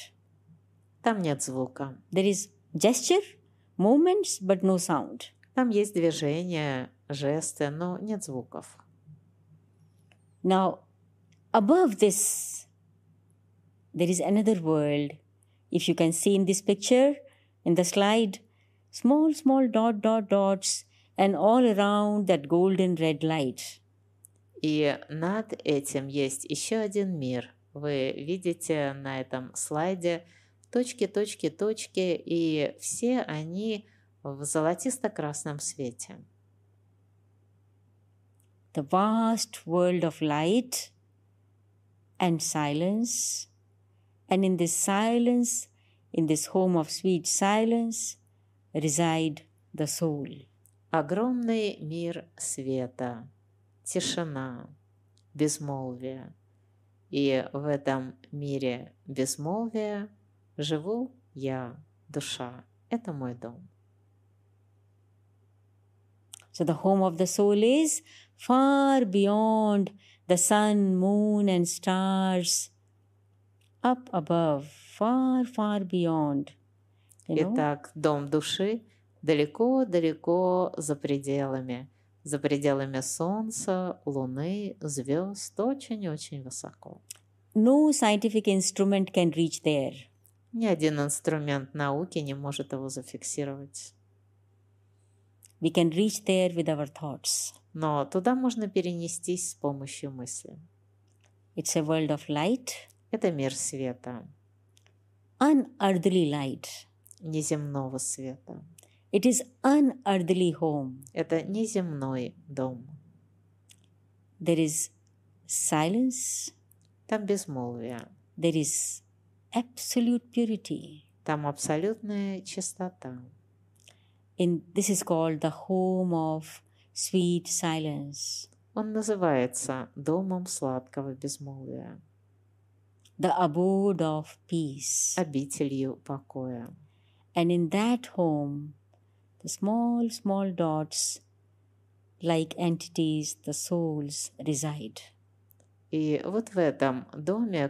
Там нет звука.
There is gesture, movements, but no sound.
Там есть движения, жесты, но нет звуков.
Now, above this, there is another world. If you can see in this picture, in the slide, small, small dot, dot, dots, and all around that golden red light.
И над этим есть еще один мир. Вы видите на этом слайде точки, точки, точки, и все они в золотисто-красном свете.
The vast world of light and silence. And in this silence, in this home of sweet silence, reside the soul.
Огромный мир света, тишина, безмолвие. И в этом мире безмолвия живу я, душа. Это мой дом.
So the home of the soul is far beyond the sun, moon, and stars, up above, far, far beyond. You know?
Итак, дом души далеко-далеко за пределами. За пределами Солнца, Луны, звезд очень-очень высоко.
No scientific instrument can reach there.
Ни один инструмент науки не может его зафиксировать.
We can reach there with our thoughts.
Но туда можно перенестись с помощью мысли.
It's a world of light,
Это мир света,
unearthly light.
неземного света.
It is unearthly home.
Это неземной дом.
There is silence.
Там безмолвие,
There is absolute purity.
там абсолютная чистота.
In this is called the home of sweet silence.
Он называется домом сладкого безмолвия,
the abode of peace.
обителью покоя.
And in that home, the small, small dots, like entities, the souls reside.
И вот в этом доме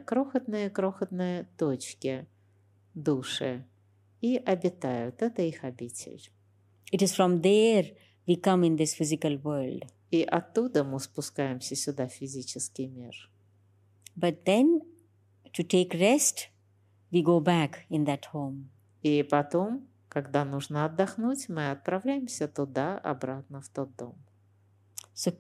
крохотные-крохотные точки, души, и обитают. Это их обитель.
It is from there we come in this physical world.
И оттуда мы спускаемся сюда в физический мир.
But then, to take rest, we go back in that home.
И потом, когда нужно отдохнуть, мы отправляемся туда, обратно в тот дом.
So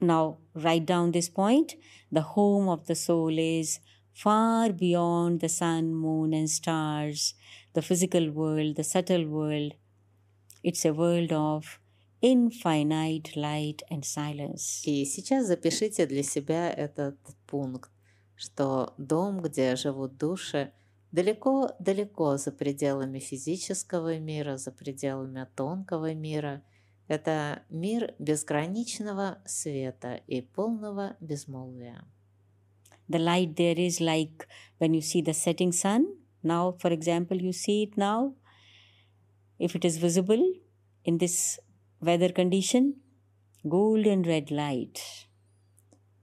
now, write down this point the home of the soul is far beyond the sun, moon, and stars, the physical world, the subtle world. It's a world of infinite light and silence.
И сейчас запишите для себя этот пункт, что дом, где живут души, далеко-далеко за пределами физического мира, за пределами тонкого мира. Это мир безграничного света и полного безмолвия.
The light there is like when you see the setting sun. Now, for example, you see it now. If it is visible in this weather condition, golden red light.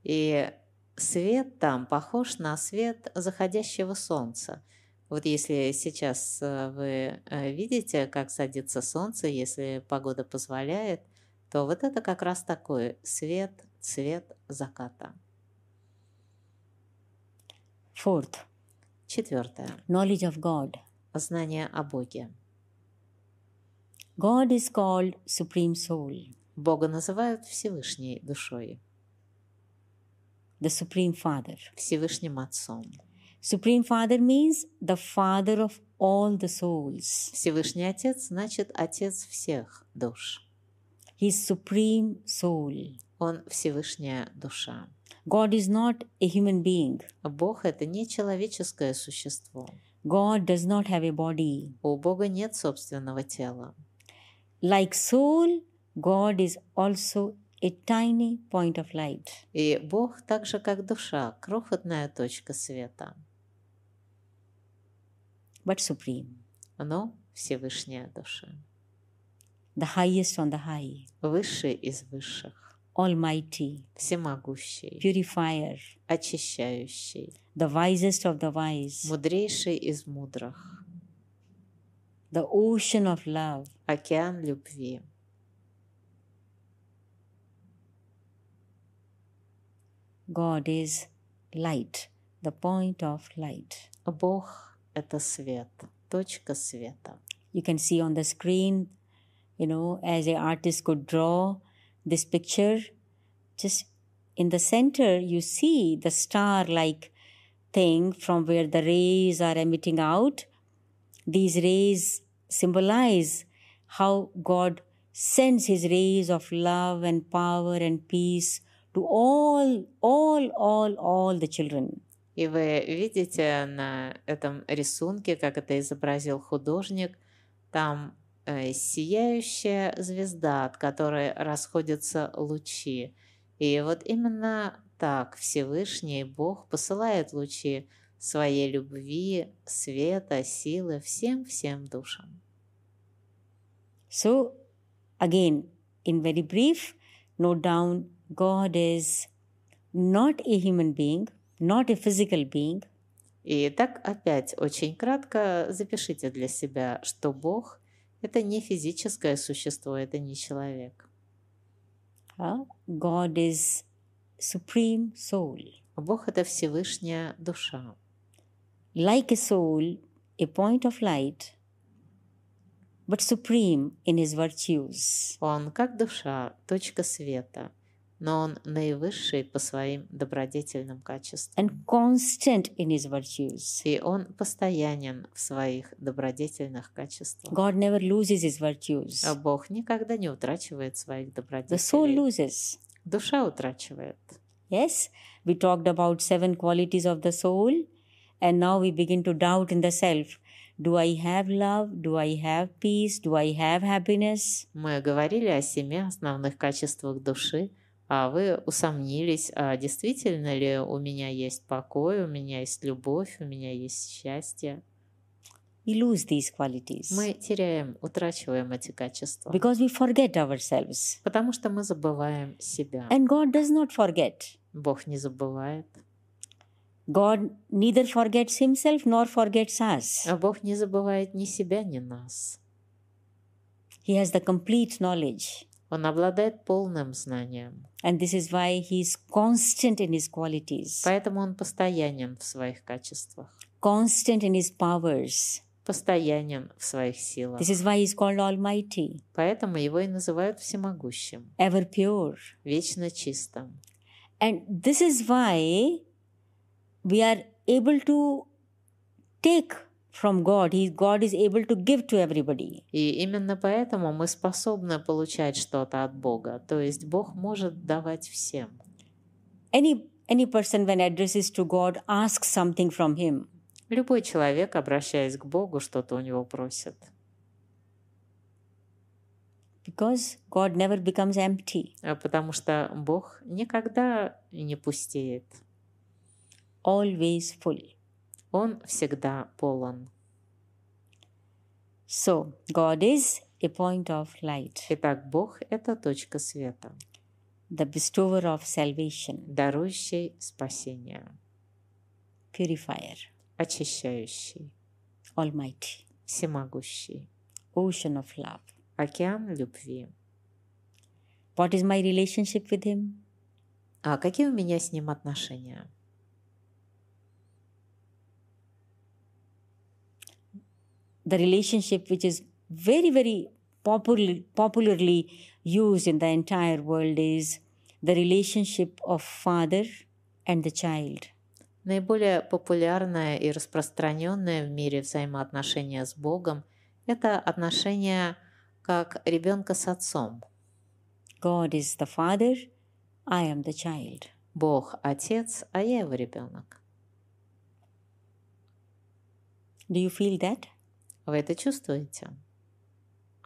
И свет там похож на свет заходящего солнца. Вот если сейчас э, вы э, видите, как садится солнце, если погода позволяет, то вот это как раз такой свет, цвет заката.
Fourth,
Четвертое.
knowledge of God.
Знание о Боге.
God is called Supreme Soul.
Бога называют Всевышней душой.
the Supreme Father.
Всевышним Отцом.
Supreme Father means the Father of all the souls.
Всевышний Отец значит Отец всех душ.
He's Supreme Soul.
Он Всевышняя Душа.
God is not a human being.
Бог – это не человеческое существо.
God does not have a body.
У Бога нет собственного тела.
Like soul, God is also a tiny point of light.
И Бог, так же как душа, крохотная точка света,
but supreme,
но Всевышняя Душа,
the highest on the high,
высший из высших,
almighty,
всемогущий,
purifier,
очищающий,
the wisest of the wise,
мудрейший из мудрых,
the ocean of love,
океан любви,
God is light, the point of light.
Бог – это свет, точка света.
You can see on the screen, you know, as a artist could draw this picture, just in the center, you see the star like thing from where the rays are emitting out. These rays symbolize how God sends his rays of love and power and peace to all, all, all, all the children.
И вы видите на этом рисунке, как это изобразил художник, там э, сияющая звезда, от которой расходятся лучи. И вот именно так Всевышний Бог посылает лучи своей любви, света, силы всем-всем душам.
So, again, in very brief, note down God is not a human being, not a physical being,
И так опять очень кратко запишите для себя, что Бог – это не физическое существо, это не человек.
huh? God is supreme soul.
Бог – это Всевышняя Душа.
Like a soul, a point of light, but supreme in his virtues.
Он как душа, точка света, но он наивысший по своим добродетельным качествам.
And constant in his virtues.
И он постоянен в своих добродетельных качествах.
God never loses his virtues.
А Бог никогда не утрачивает своих
The soul
добродетелей.
loses.
Душа утрачивает.
Yes, we talked about seven qualities of the soul, and now we begin to doubt in the self. Do I have love? Do I have peace? Do I have happiness?
Мы говорили о семи основных качествах души, а вы усомнились, а действительно ли у меня есть покой, у меня есть любовь, у меня есть счастье.
We lose these qualities
Мы теряем, утрачиваем эти качества.
because we forget ourselves.
Потому что мы забываем себя.
And God does not forget.
Бог не забывает.
God neither forgets himself nor forgets us.
А Бог не забывает ни себя, ни нас.
He has the complete knowledge.
Он обладает полным знанием,
And this is why he is constant in his qualities,
поэтому он постоянен в своих качествах,
constant in his powers.
постоянен в своих силах.
This is why he is called Almighty,
Поэтому его и называют всемогущим,
ever pure.
вечно чистым.
And this is why we are able to take from God. He, God is able to give to everybody.
И именно поэтому мы способны получать что-то от Бога. То есть Бог может давать всем.
Any any person when addresses to God asks something from him.
Любой человек, обращаясь к Богу, что-то у него просит.
Because God never becomes empty.
А потому что Бог никогда не пустеет.
Always full.
Он всегда полон.
So God is a point of light,
Итак, Бог – это точка света,
the bestower of salvation,
дарующий спасение,
purifier,
очищающий,
almighty,
всемогущий,
ocean of love.
океан любви.
What is my relationship with him?
А какие у меня с ним отношения?
the relationship which is very very popular, popularly used in the entire world is the relationship of father and the child.
Наиболее популярное и распространенное в мире взаимоотношение с Богом – это отношение как ребенка с отцом.
God is the father, I am the child.
Бог – отец, а я его ребенок.
Do you feel that?
Вы это чувствуете?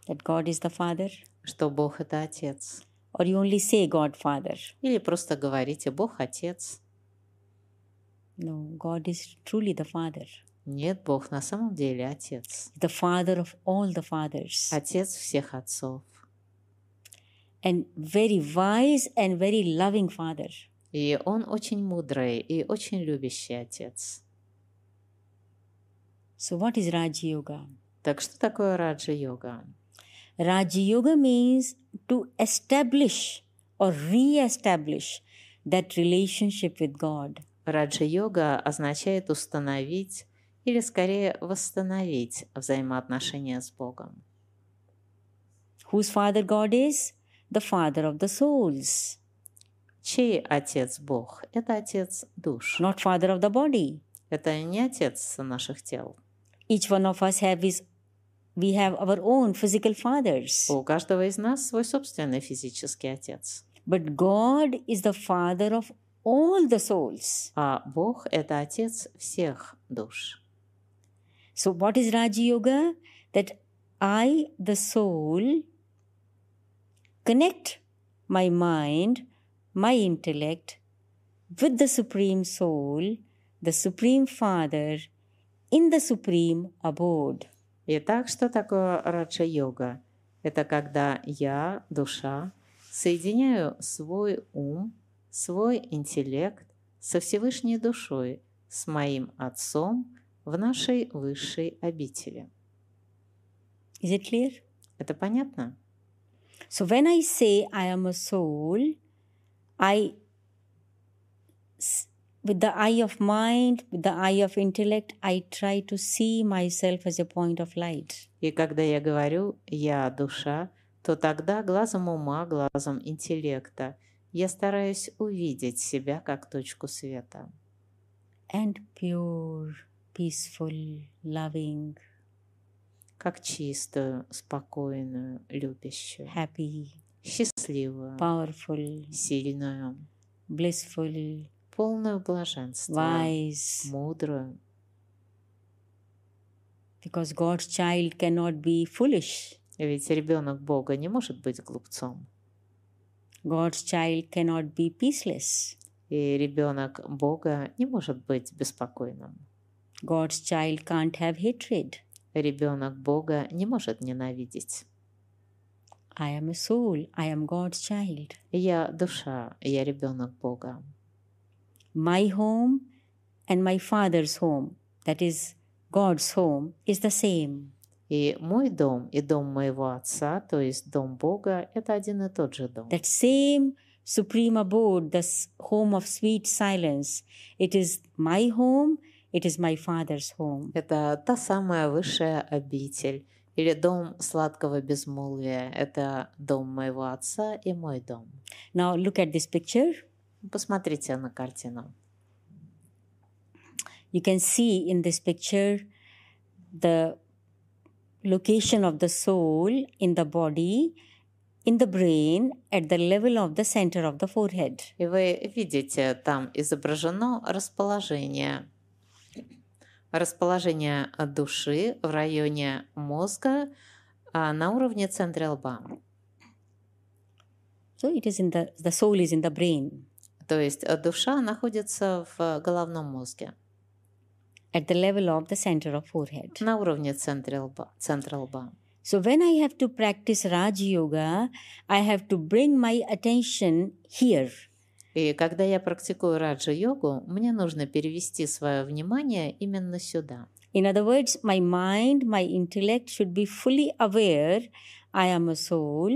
That God is the father?
Что Бог – это отец?
Or you only say God father?
Или просто говорите «Бог – отец»?
No, God is truly the father,
Нет, Бог на самом деле отец.
the father of all the fathers,
Отец всех отцов.
and very wise and very loving father.
И он очень мудрый и очень любящий отец.
So, what is Raj Yoga?
Так что такое раджа-йога?
Raj Yoga means to establish or re establish that relationship with God.
Раджа-йога означает установить или скорее восстановить взаимоотношения с Богом.
Whose father God is? The father of the souls,
Чей отец Бог? Это отец душ.
not father of the body.
Это не отец наших тел.
Each one of us have his we have our own physical fathers.
У каждого из нас свой собственный физический отец.
But God is the father of all the souls.
А Бог – это отец всех душ.
So, what is Raji Yoga? That I, the soul, connect my mind, my intellect with the Supreme Soul, the Supreme Father, in the Supreme Abode.
Итак, что такое раджа-йога? Это когда я, душа, соединяю свой ум, свой интеллект со Всевышней Душой, с моим Отцом в нашей высшей обители.
Is it clear?
Это понятно?
So, when I say I am a soul, I, s- with the eye of mind, with the eye of intellect, I try to see myself as a point of light.
И когда я говорю «я душа», то тогда глазом ума, глазом интеллекта я стараюсь увидеть себя как точку света.
and pure, peaceful, loving,
как чистую, спокойную, любящую,
happy,
счастливую,
powerful,
сильную,
blissful,
полную блаженства,
wise.
мудрую.
Because God's child cannot be foolish.
Ведь ребенок Бога не может быть глупцом.
God's child cannot be peaceless.
И ребенок Бога не может быть беспокойным.
God's child can't have hatred.
Ребенок Бога не может ненавидеть.
I am a soul. I am God's child.
Я душа, я ребенок Бога.
My home and my father's home, that is God's home, is the same.
И мой дом и дом моего отца, то есть дом Бога, это один и тот же дом.
that same supreme abode, the s- home of sweet silence. It is my home, it is my father's home.
Это та самая высшая обитель или дом сладкого безмолвия. Это дом моего отца и мой дом.
Now look at this picture.
Посмотрите на картину.
You can see in this picture the location of the soul in the body, in the brain, at the level of the center of the forehead.
И вы видите, там изображено расположение. Расположение души в районе мозга а, на уровне центра лба.
So it is in the the soul is in the brain.
То есть э, душа находится в головном мозге,
At the level of the center of forehead.
на уровне центра лба. Центра лба.
So when I have to practice Raj Yoga, I have to bring my attention here.
И когда я практикую раджа-йогу, мне нужно перевести свое внимание именно сюда.
In other words, my mind, my intellect should be fully aware I am a soul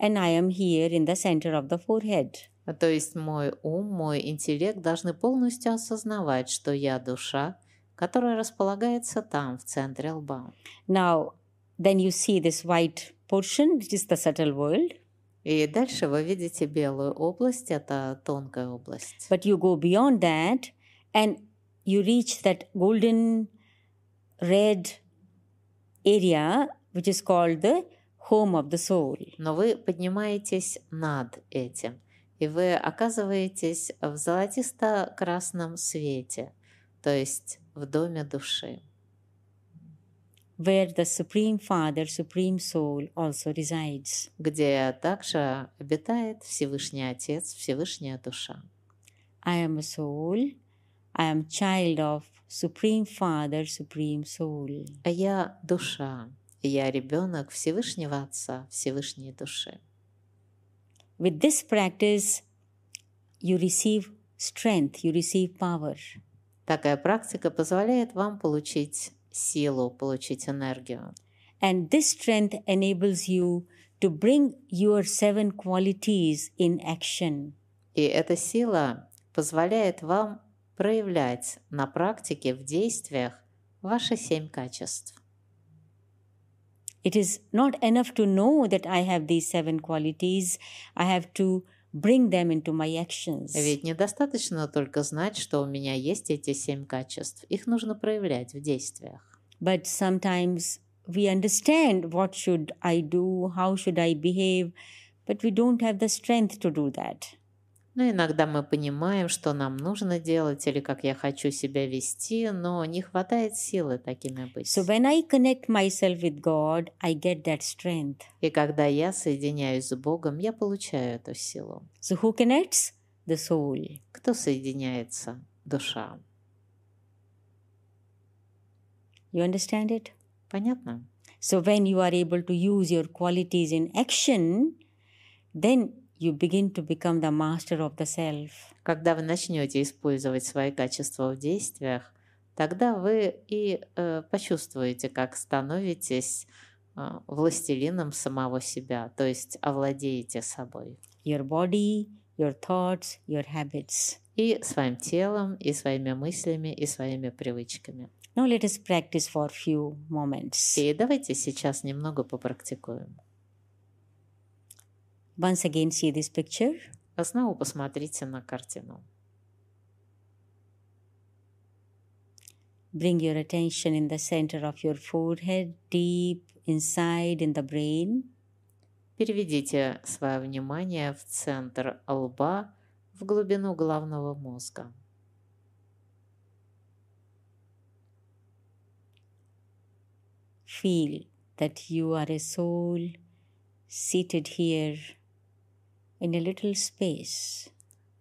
and I am here in the center of the forehead.
А То есть мой ум, мой интеллект должны полностью осознавать, что я душа, которая располагается там, в центре лба.
Now, then you see this white portion, which is the subtle world.
И дальше вы видите белую область, это тонкая область.
But you go beyond that and you reach that golden red area, which is called the home of the soul.
Но вы поднимаетесь над этим, и вы оказываетесь в золотисто-красном свете, то есть в доме души,
where the Supreme Father, Supreme Soul also resides.
где также обитает Всевышний Отец, Всевышняя Душа.
I am a soul. I am child of Supreme Father, Supreme Soul.
А я душа, и я ребенок Всевышнего Отца, Всевышней Души.
With this practice, you receive strength, you receive power.
Такая практика позволяет вам получить силу, получить энергию.
And this strength enables you to bring your seven qualities in action.
И эта сила позволяет вам проявлять на практике, в действиях ваши семь качеств.
It is not enough to know that I have these seven qualities, I have to bring them into my actions.
Ведь недостаточно только знать, что у меня есть эти семь качеств. Их нужно проявлять в действиях.
but sometimes we understand what should i do how should i behave but we don't have the strength to do that
Но Ну, иногда мы понимаем, что нам нужно делать или как я хочу себя вести, но не хватает силы такими быть.
so when i connect myself with god i get that strength
И когда я соединяюсь с Богом, я получаю эту силу.
so who connects the soul
Кто соединяется? Душа.
you understand it
Понятно?
so when you are able to use your qualities in action then you begin to become the master of the self
Когда вы начнете использовать свои качества в действиях, тогда вы и э, почувствуете, как становитесь э, властелином самого себя, то есть овладеете собой
your body your thoughts your habits
и своим телом, и своими мыслями, и своими привычками.
now let us practice for a few moments
И давайте сейчас немного попрактикуем.
Once again, see this picture.
А снова посмотрите на картину.
Bring your attention in the center of your forehead, deep inside in the brain.
Переведите свое внимание в центр лба, в глубину головного мозга.
Feel that you are a soul seated here in a little space.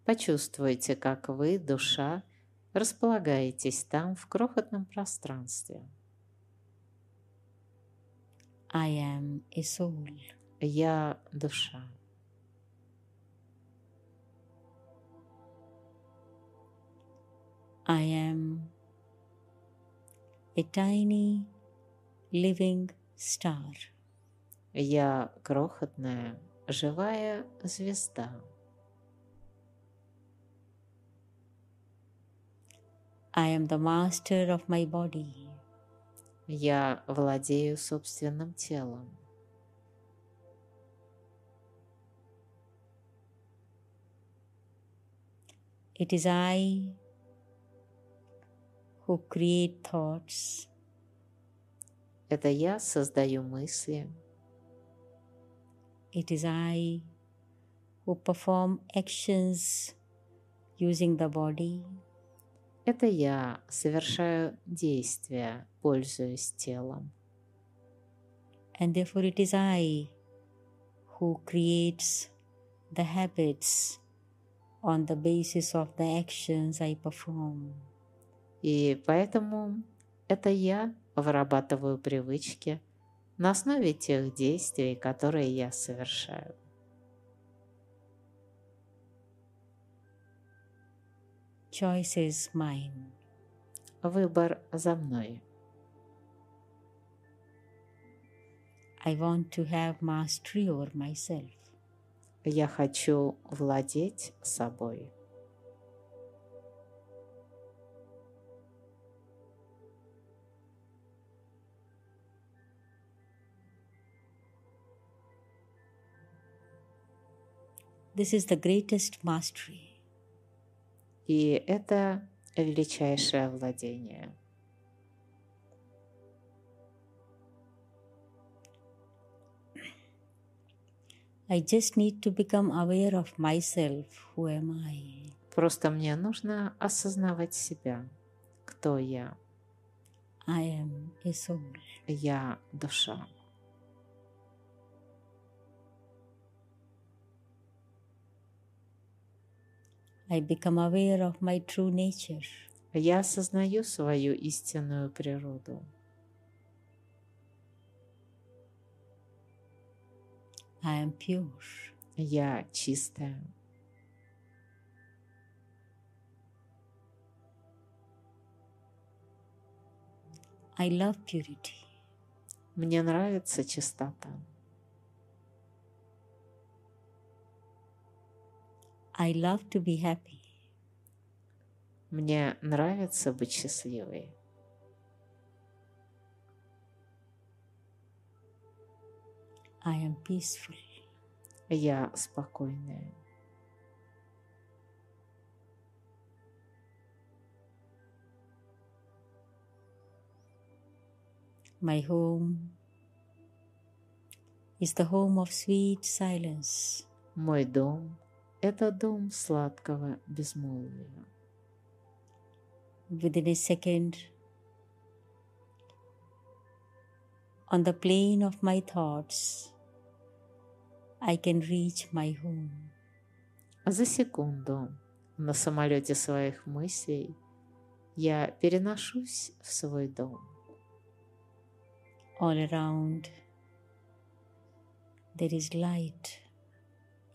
Почувствуйте, как вы, душа, располагаетесь там, в крохотном пространстве.
I am a soul.
Я душа.
I am a tiny living star.
Я крохотная, живая звезда.
I am the master of my body.
Я владею собственным телом.
It is I who create thoughts.
Это я создаю мысли.
It is I who perform actions using the body.
Это я совершаю действия, пользуясь телом.
And therefore, it is I who creates the habits on the basis of the actions I perform.
И поэтому это я вырабатываю привычки на основе тех действий, которые я совершаю.
Choice is mine.
Выбор за мной.
I want to have mastery over myself.
Я хочу владеть собой.
This is the greatest mastery.
И это величайшее владение.
I just need to become aware of myself. Who am I?
Просто мне нужно осознавать себя. Кто я?
I am a soul.
Я душа.
I become aware of my true nature.
Я осознаю свою истинную природу.
I am pure.
Я чистая.
I love purity.
Мне нравится чистота.
I love to be happy.
Мне нравится быть счастливой.
I am peaceful.
Я спокойная.
My home is the home of sweet silence.
Мой дом – это дом сладкого безмолвия.
Within a second, on the plane of my thoughts, I can reach my home.
За секунду на самолете своих мыслей я переношусь в свой дом.
All around, there is light,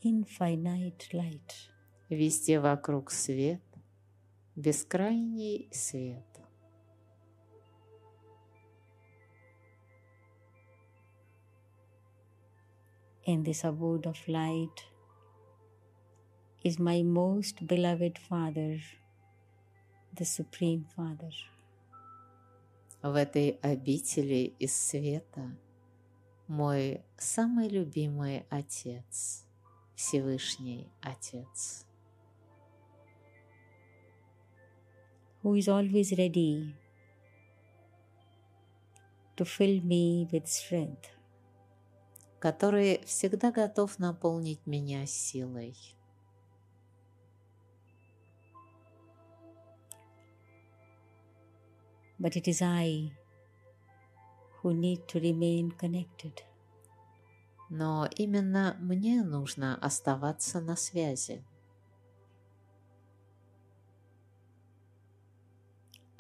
infinite light.
Везде вокруг свет, бескрайний свет.
In this abode of light is my most beloved Father, the Supreme Father.
В этой обители из света мой самый любимый Отец, Всевышний Отец,
who is always ready to fill me with strength.
который всегда готов наполнить меня силой.
But it is I who need to remain connected.
Но именно мне нужно оставаться на связи.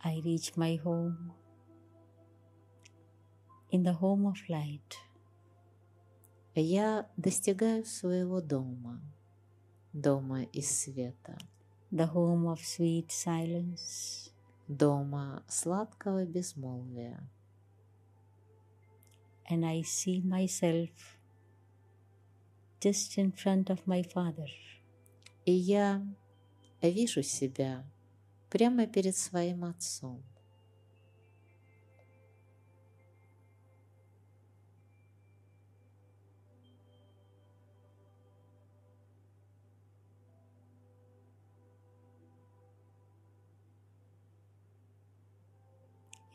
I reach my home in the home of light,
Я достигаю своего дома, дома из света,
the home of sweet silence,
дома сладкого безмолвия.
and I see myself just in front of my Father.
И я вижу себя прямо перед своим отцом.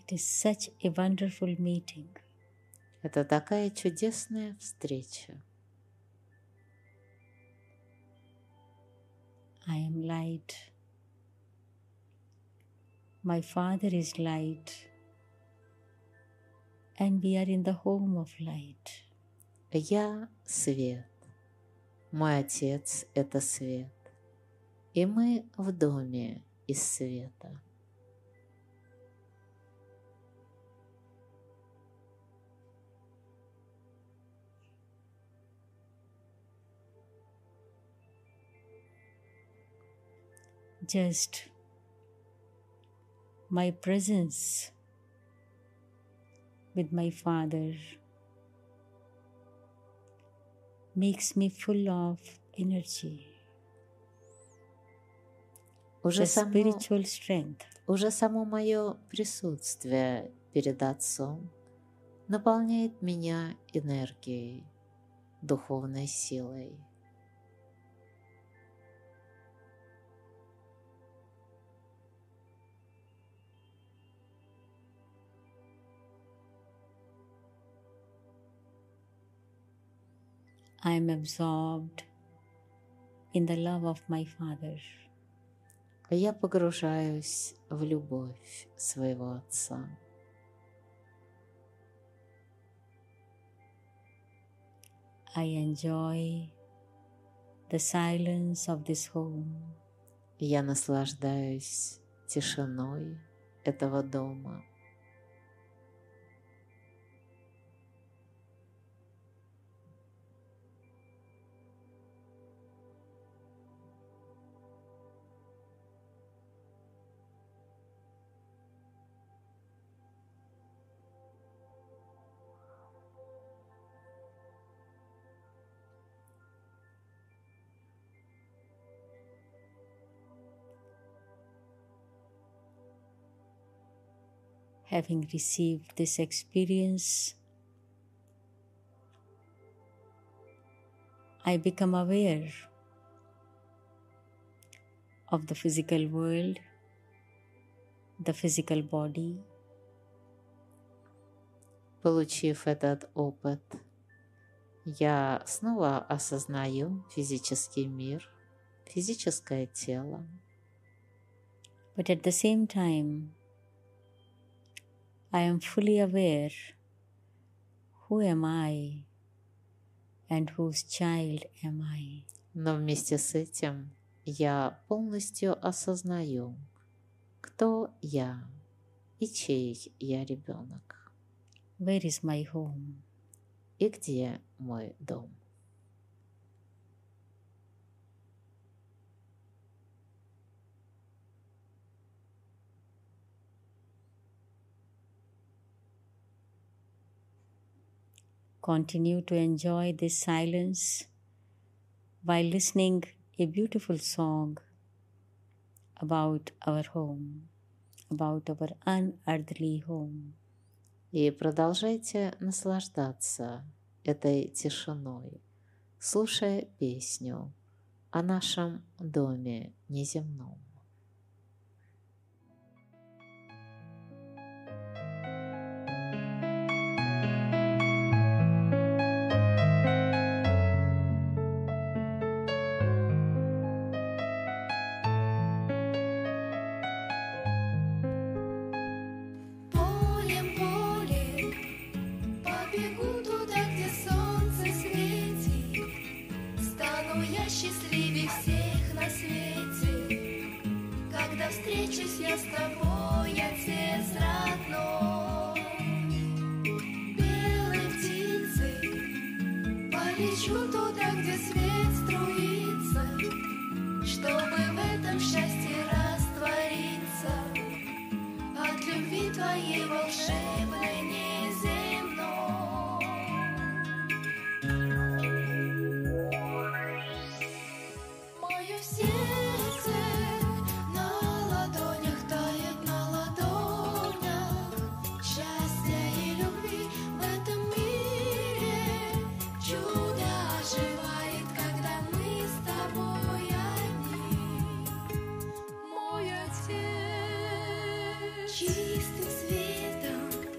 It is such a wonderful meeting.
Это такая чудесная встреча.
I am light. My Father is light. And we are in the home of light.
Я свет. Мой отец – это свет. И мы в доме из света.
Just my presence with my Father makes me full of energy,
Уже
the
само,
spiritual strength.
уже само мое присутствие перед отцом наполняет меня энергией, духовной силой.
I am absorbed in the love of my Father.
Я погружаюсь в любовь своего Отца.
I enjoy the silence of this home.
Я наслаждаюсь тишиной этого дома.
Having received this experience, I become aware of the physical world, the physical body,
Получив этот опыт, я снова осознаю физический мир, физическое тело.
but at the same time, I am fully aware who am I and whose child am I.
Но вместе с этим я полностью осознаю, кто я и чей я ребенок
Where is my home?
и где мой дом.
Continue to enjoy this silence while listening a beautiful song about our home, about our unearthly home.
И продолжайте наслаждаться этой тишиной, слушая песню о нашем доме неземном.
Полем, полем побегу туда, где солнце светит, стану я счастливее всех на свете, когда встречусь я с тобой, отец родной. Белой птицей полечу туда, где свет струится, чтобы в этом счастье раствориться. От любви твоей волшебной неземной Мое сердце на ладонях тает на ладонях Счастья и любви в этом мире Чудо оживает, когда мы с тобой одни мой отец Чистым светом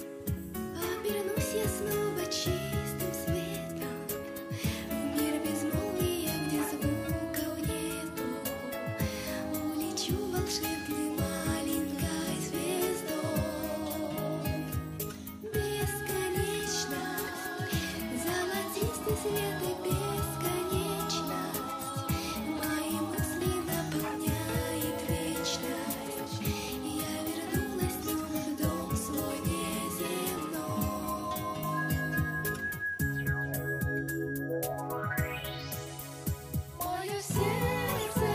Обернусь я снова чистым светом В мир безмолвия, где звуков нету Улечу волшебной маленькой звездой Бесконечно Золотистый свет и бесконечность Мои мысли наполняет вечность Я вернулась в дом свой неземной Мое сердце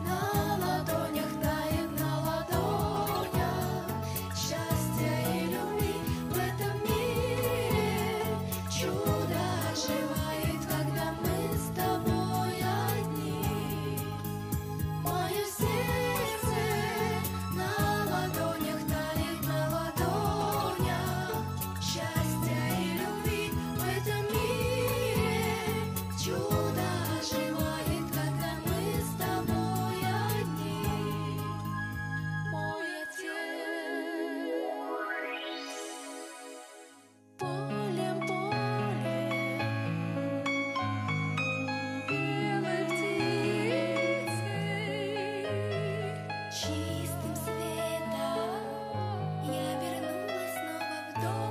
на ладонях тает на ладонях Счастья и любви в этом мире Чудо оживает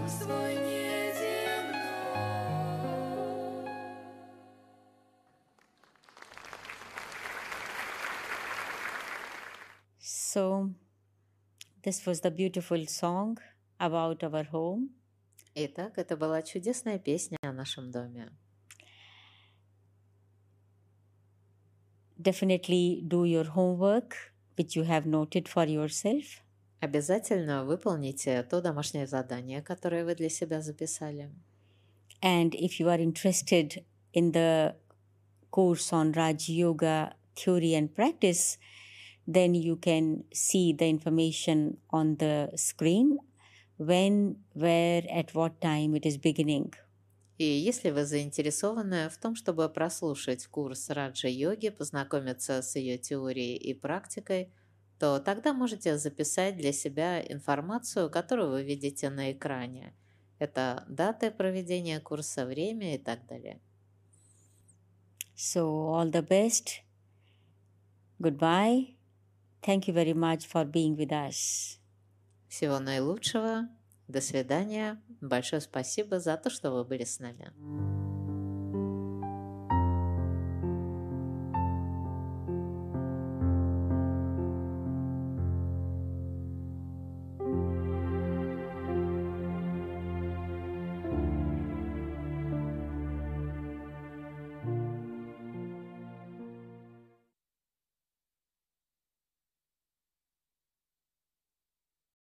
свой неземной.
So, this was the beautiful song about our home.
Итак, это была чудесная песня о нашем доме.
Definitely do your homework, which you have noted for yourself.
Обязательно выполните то домашнее задание, которое вы для себя записали.
And if you are interested in the course on Raj Yoga theory and practice, then you can see the information on the screen when, where, at what time it is beginning.
И если вы заинтересованы в том, чтобы прослушать курс Раджа-йоги, познакомиться с ее теорией и практикой, то тогда можете записать для себя информацию, которую вы видите на экране. Это даты проведения курса, время и так далее.
So, all the best. Goodbye. Thank you very much for being with us.
Всего наилучшего. До свидания. Большое спасибо за то, что вы были с нами.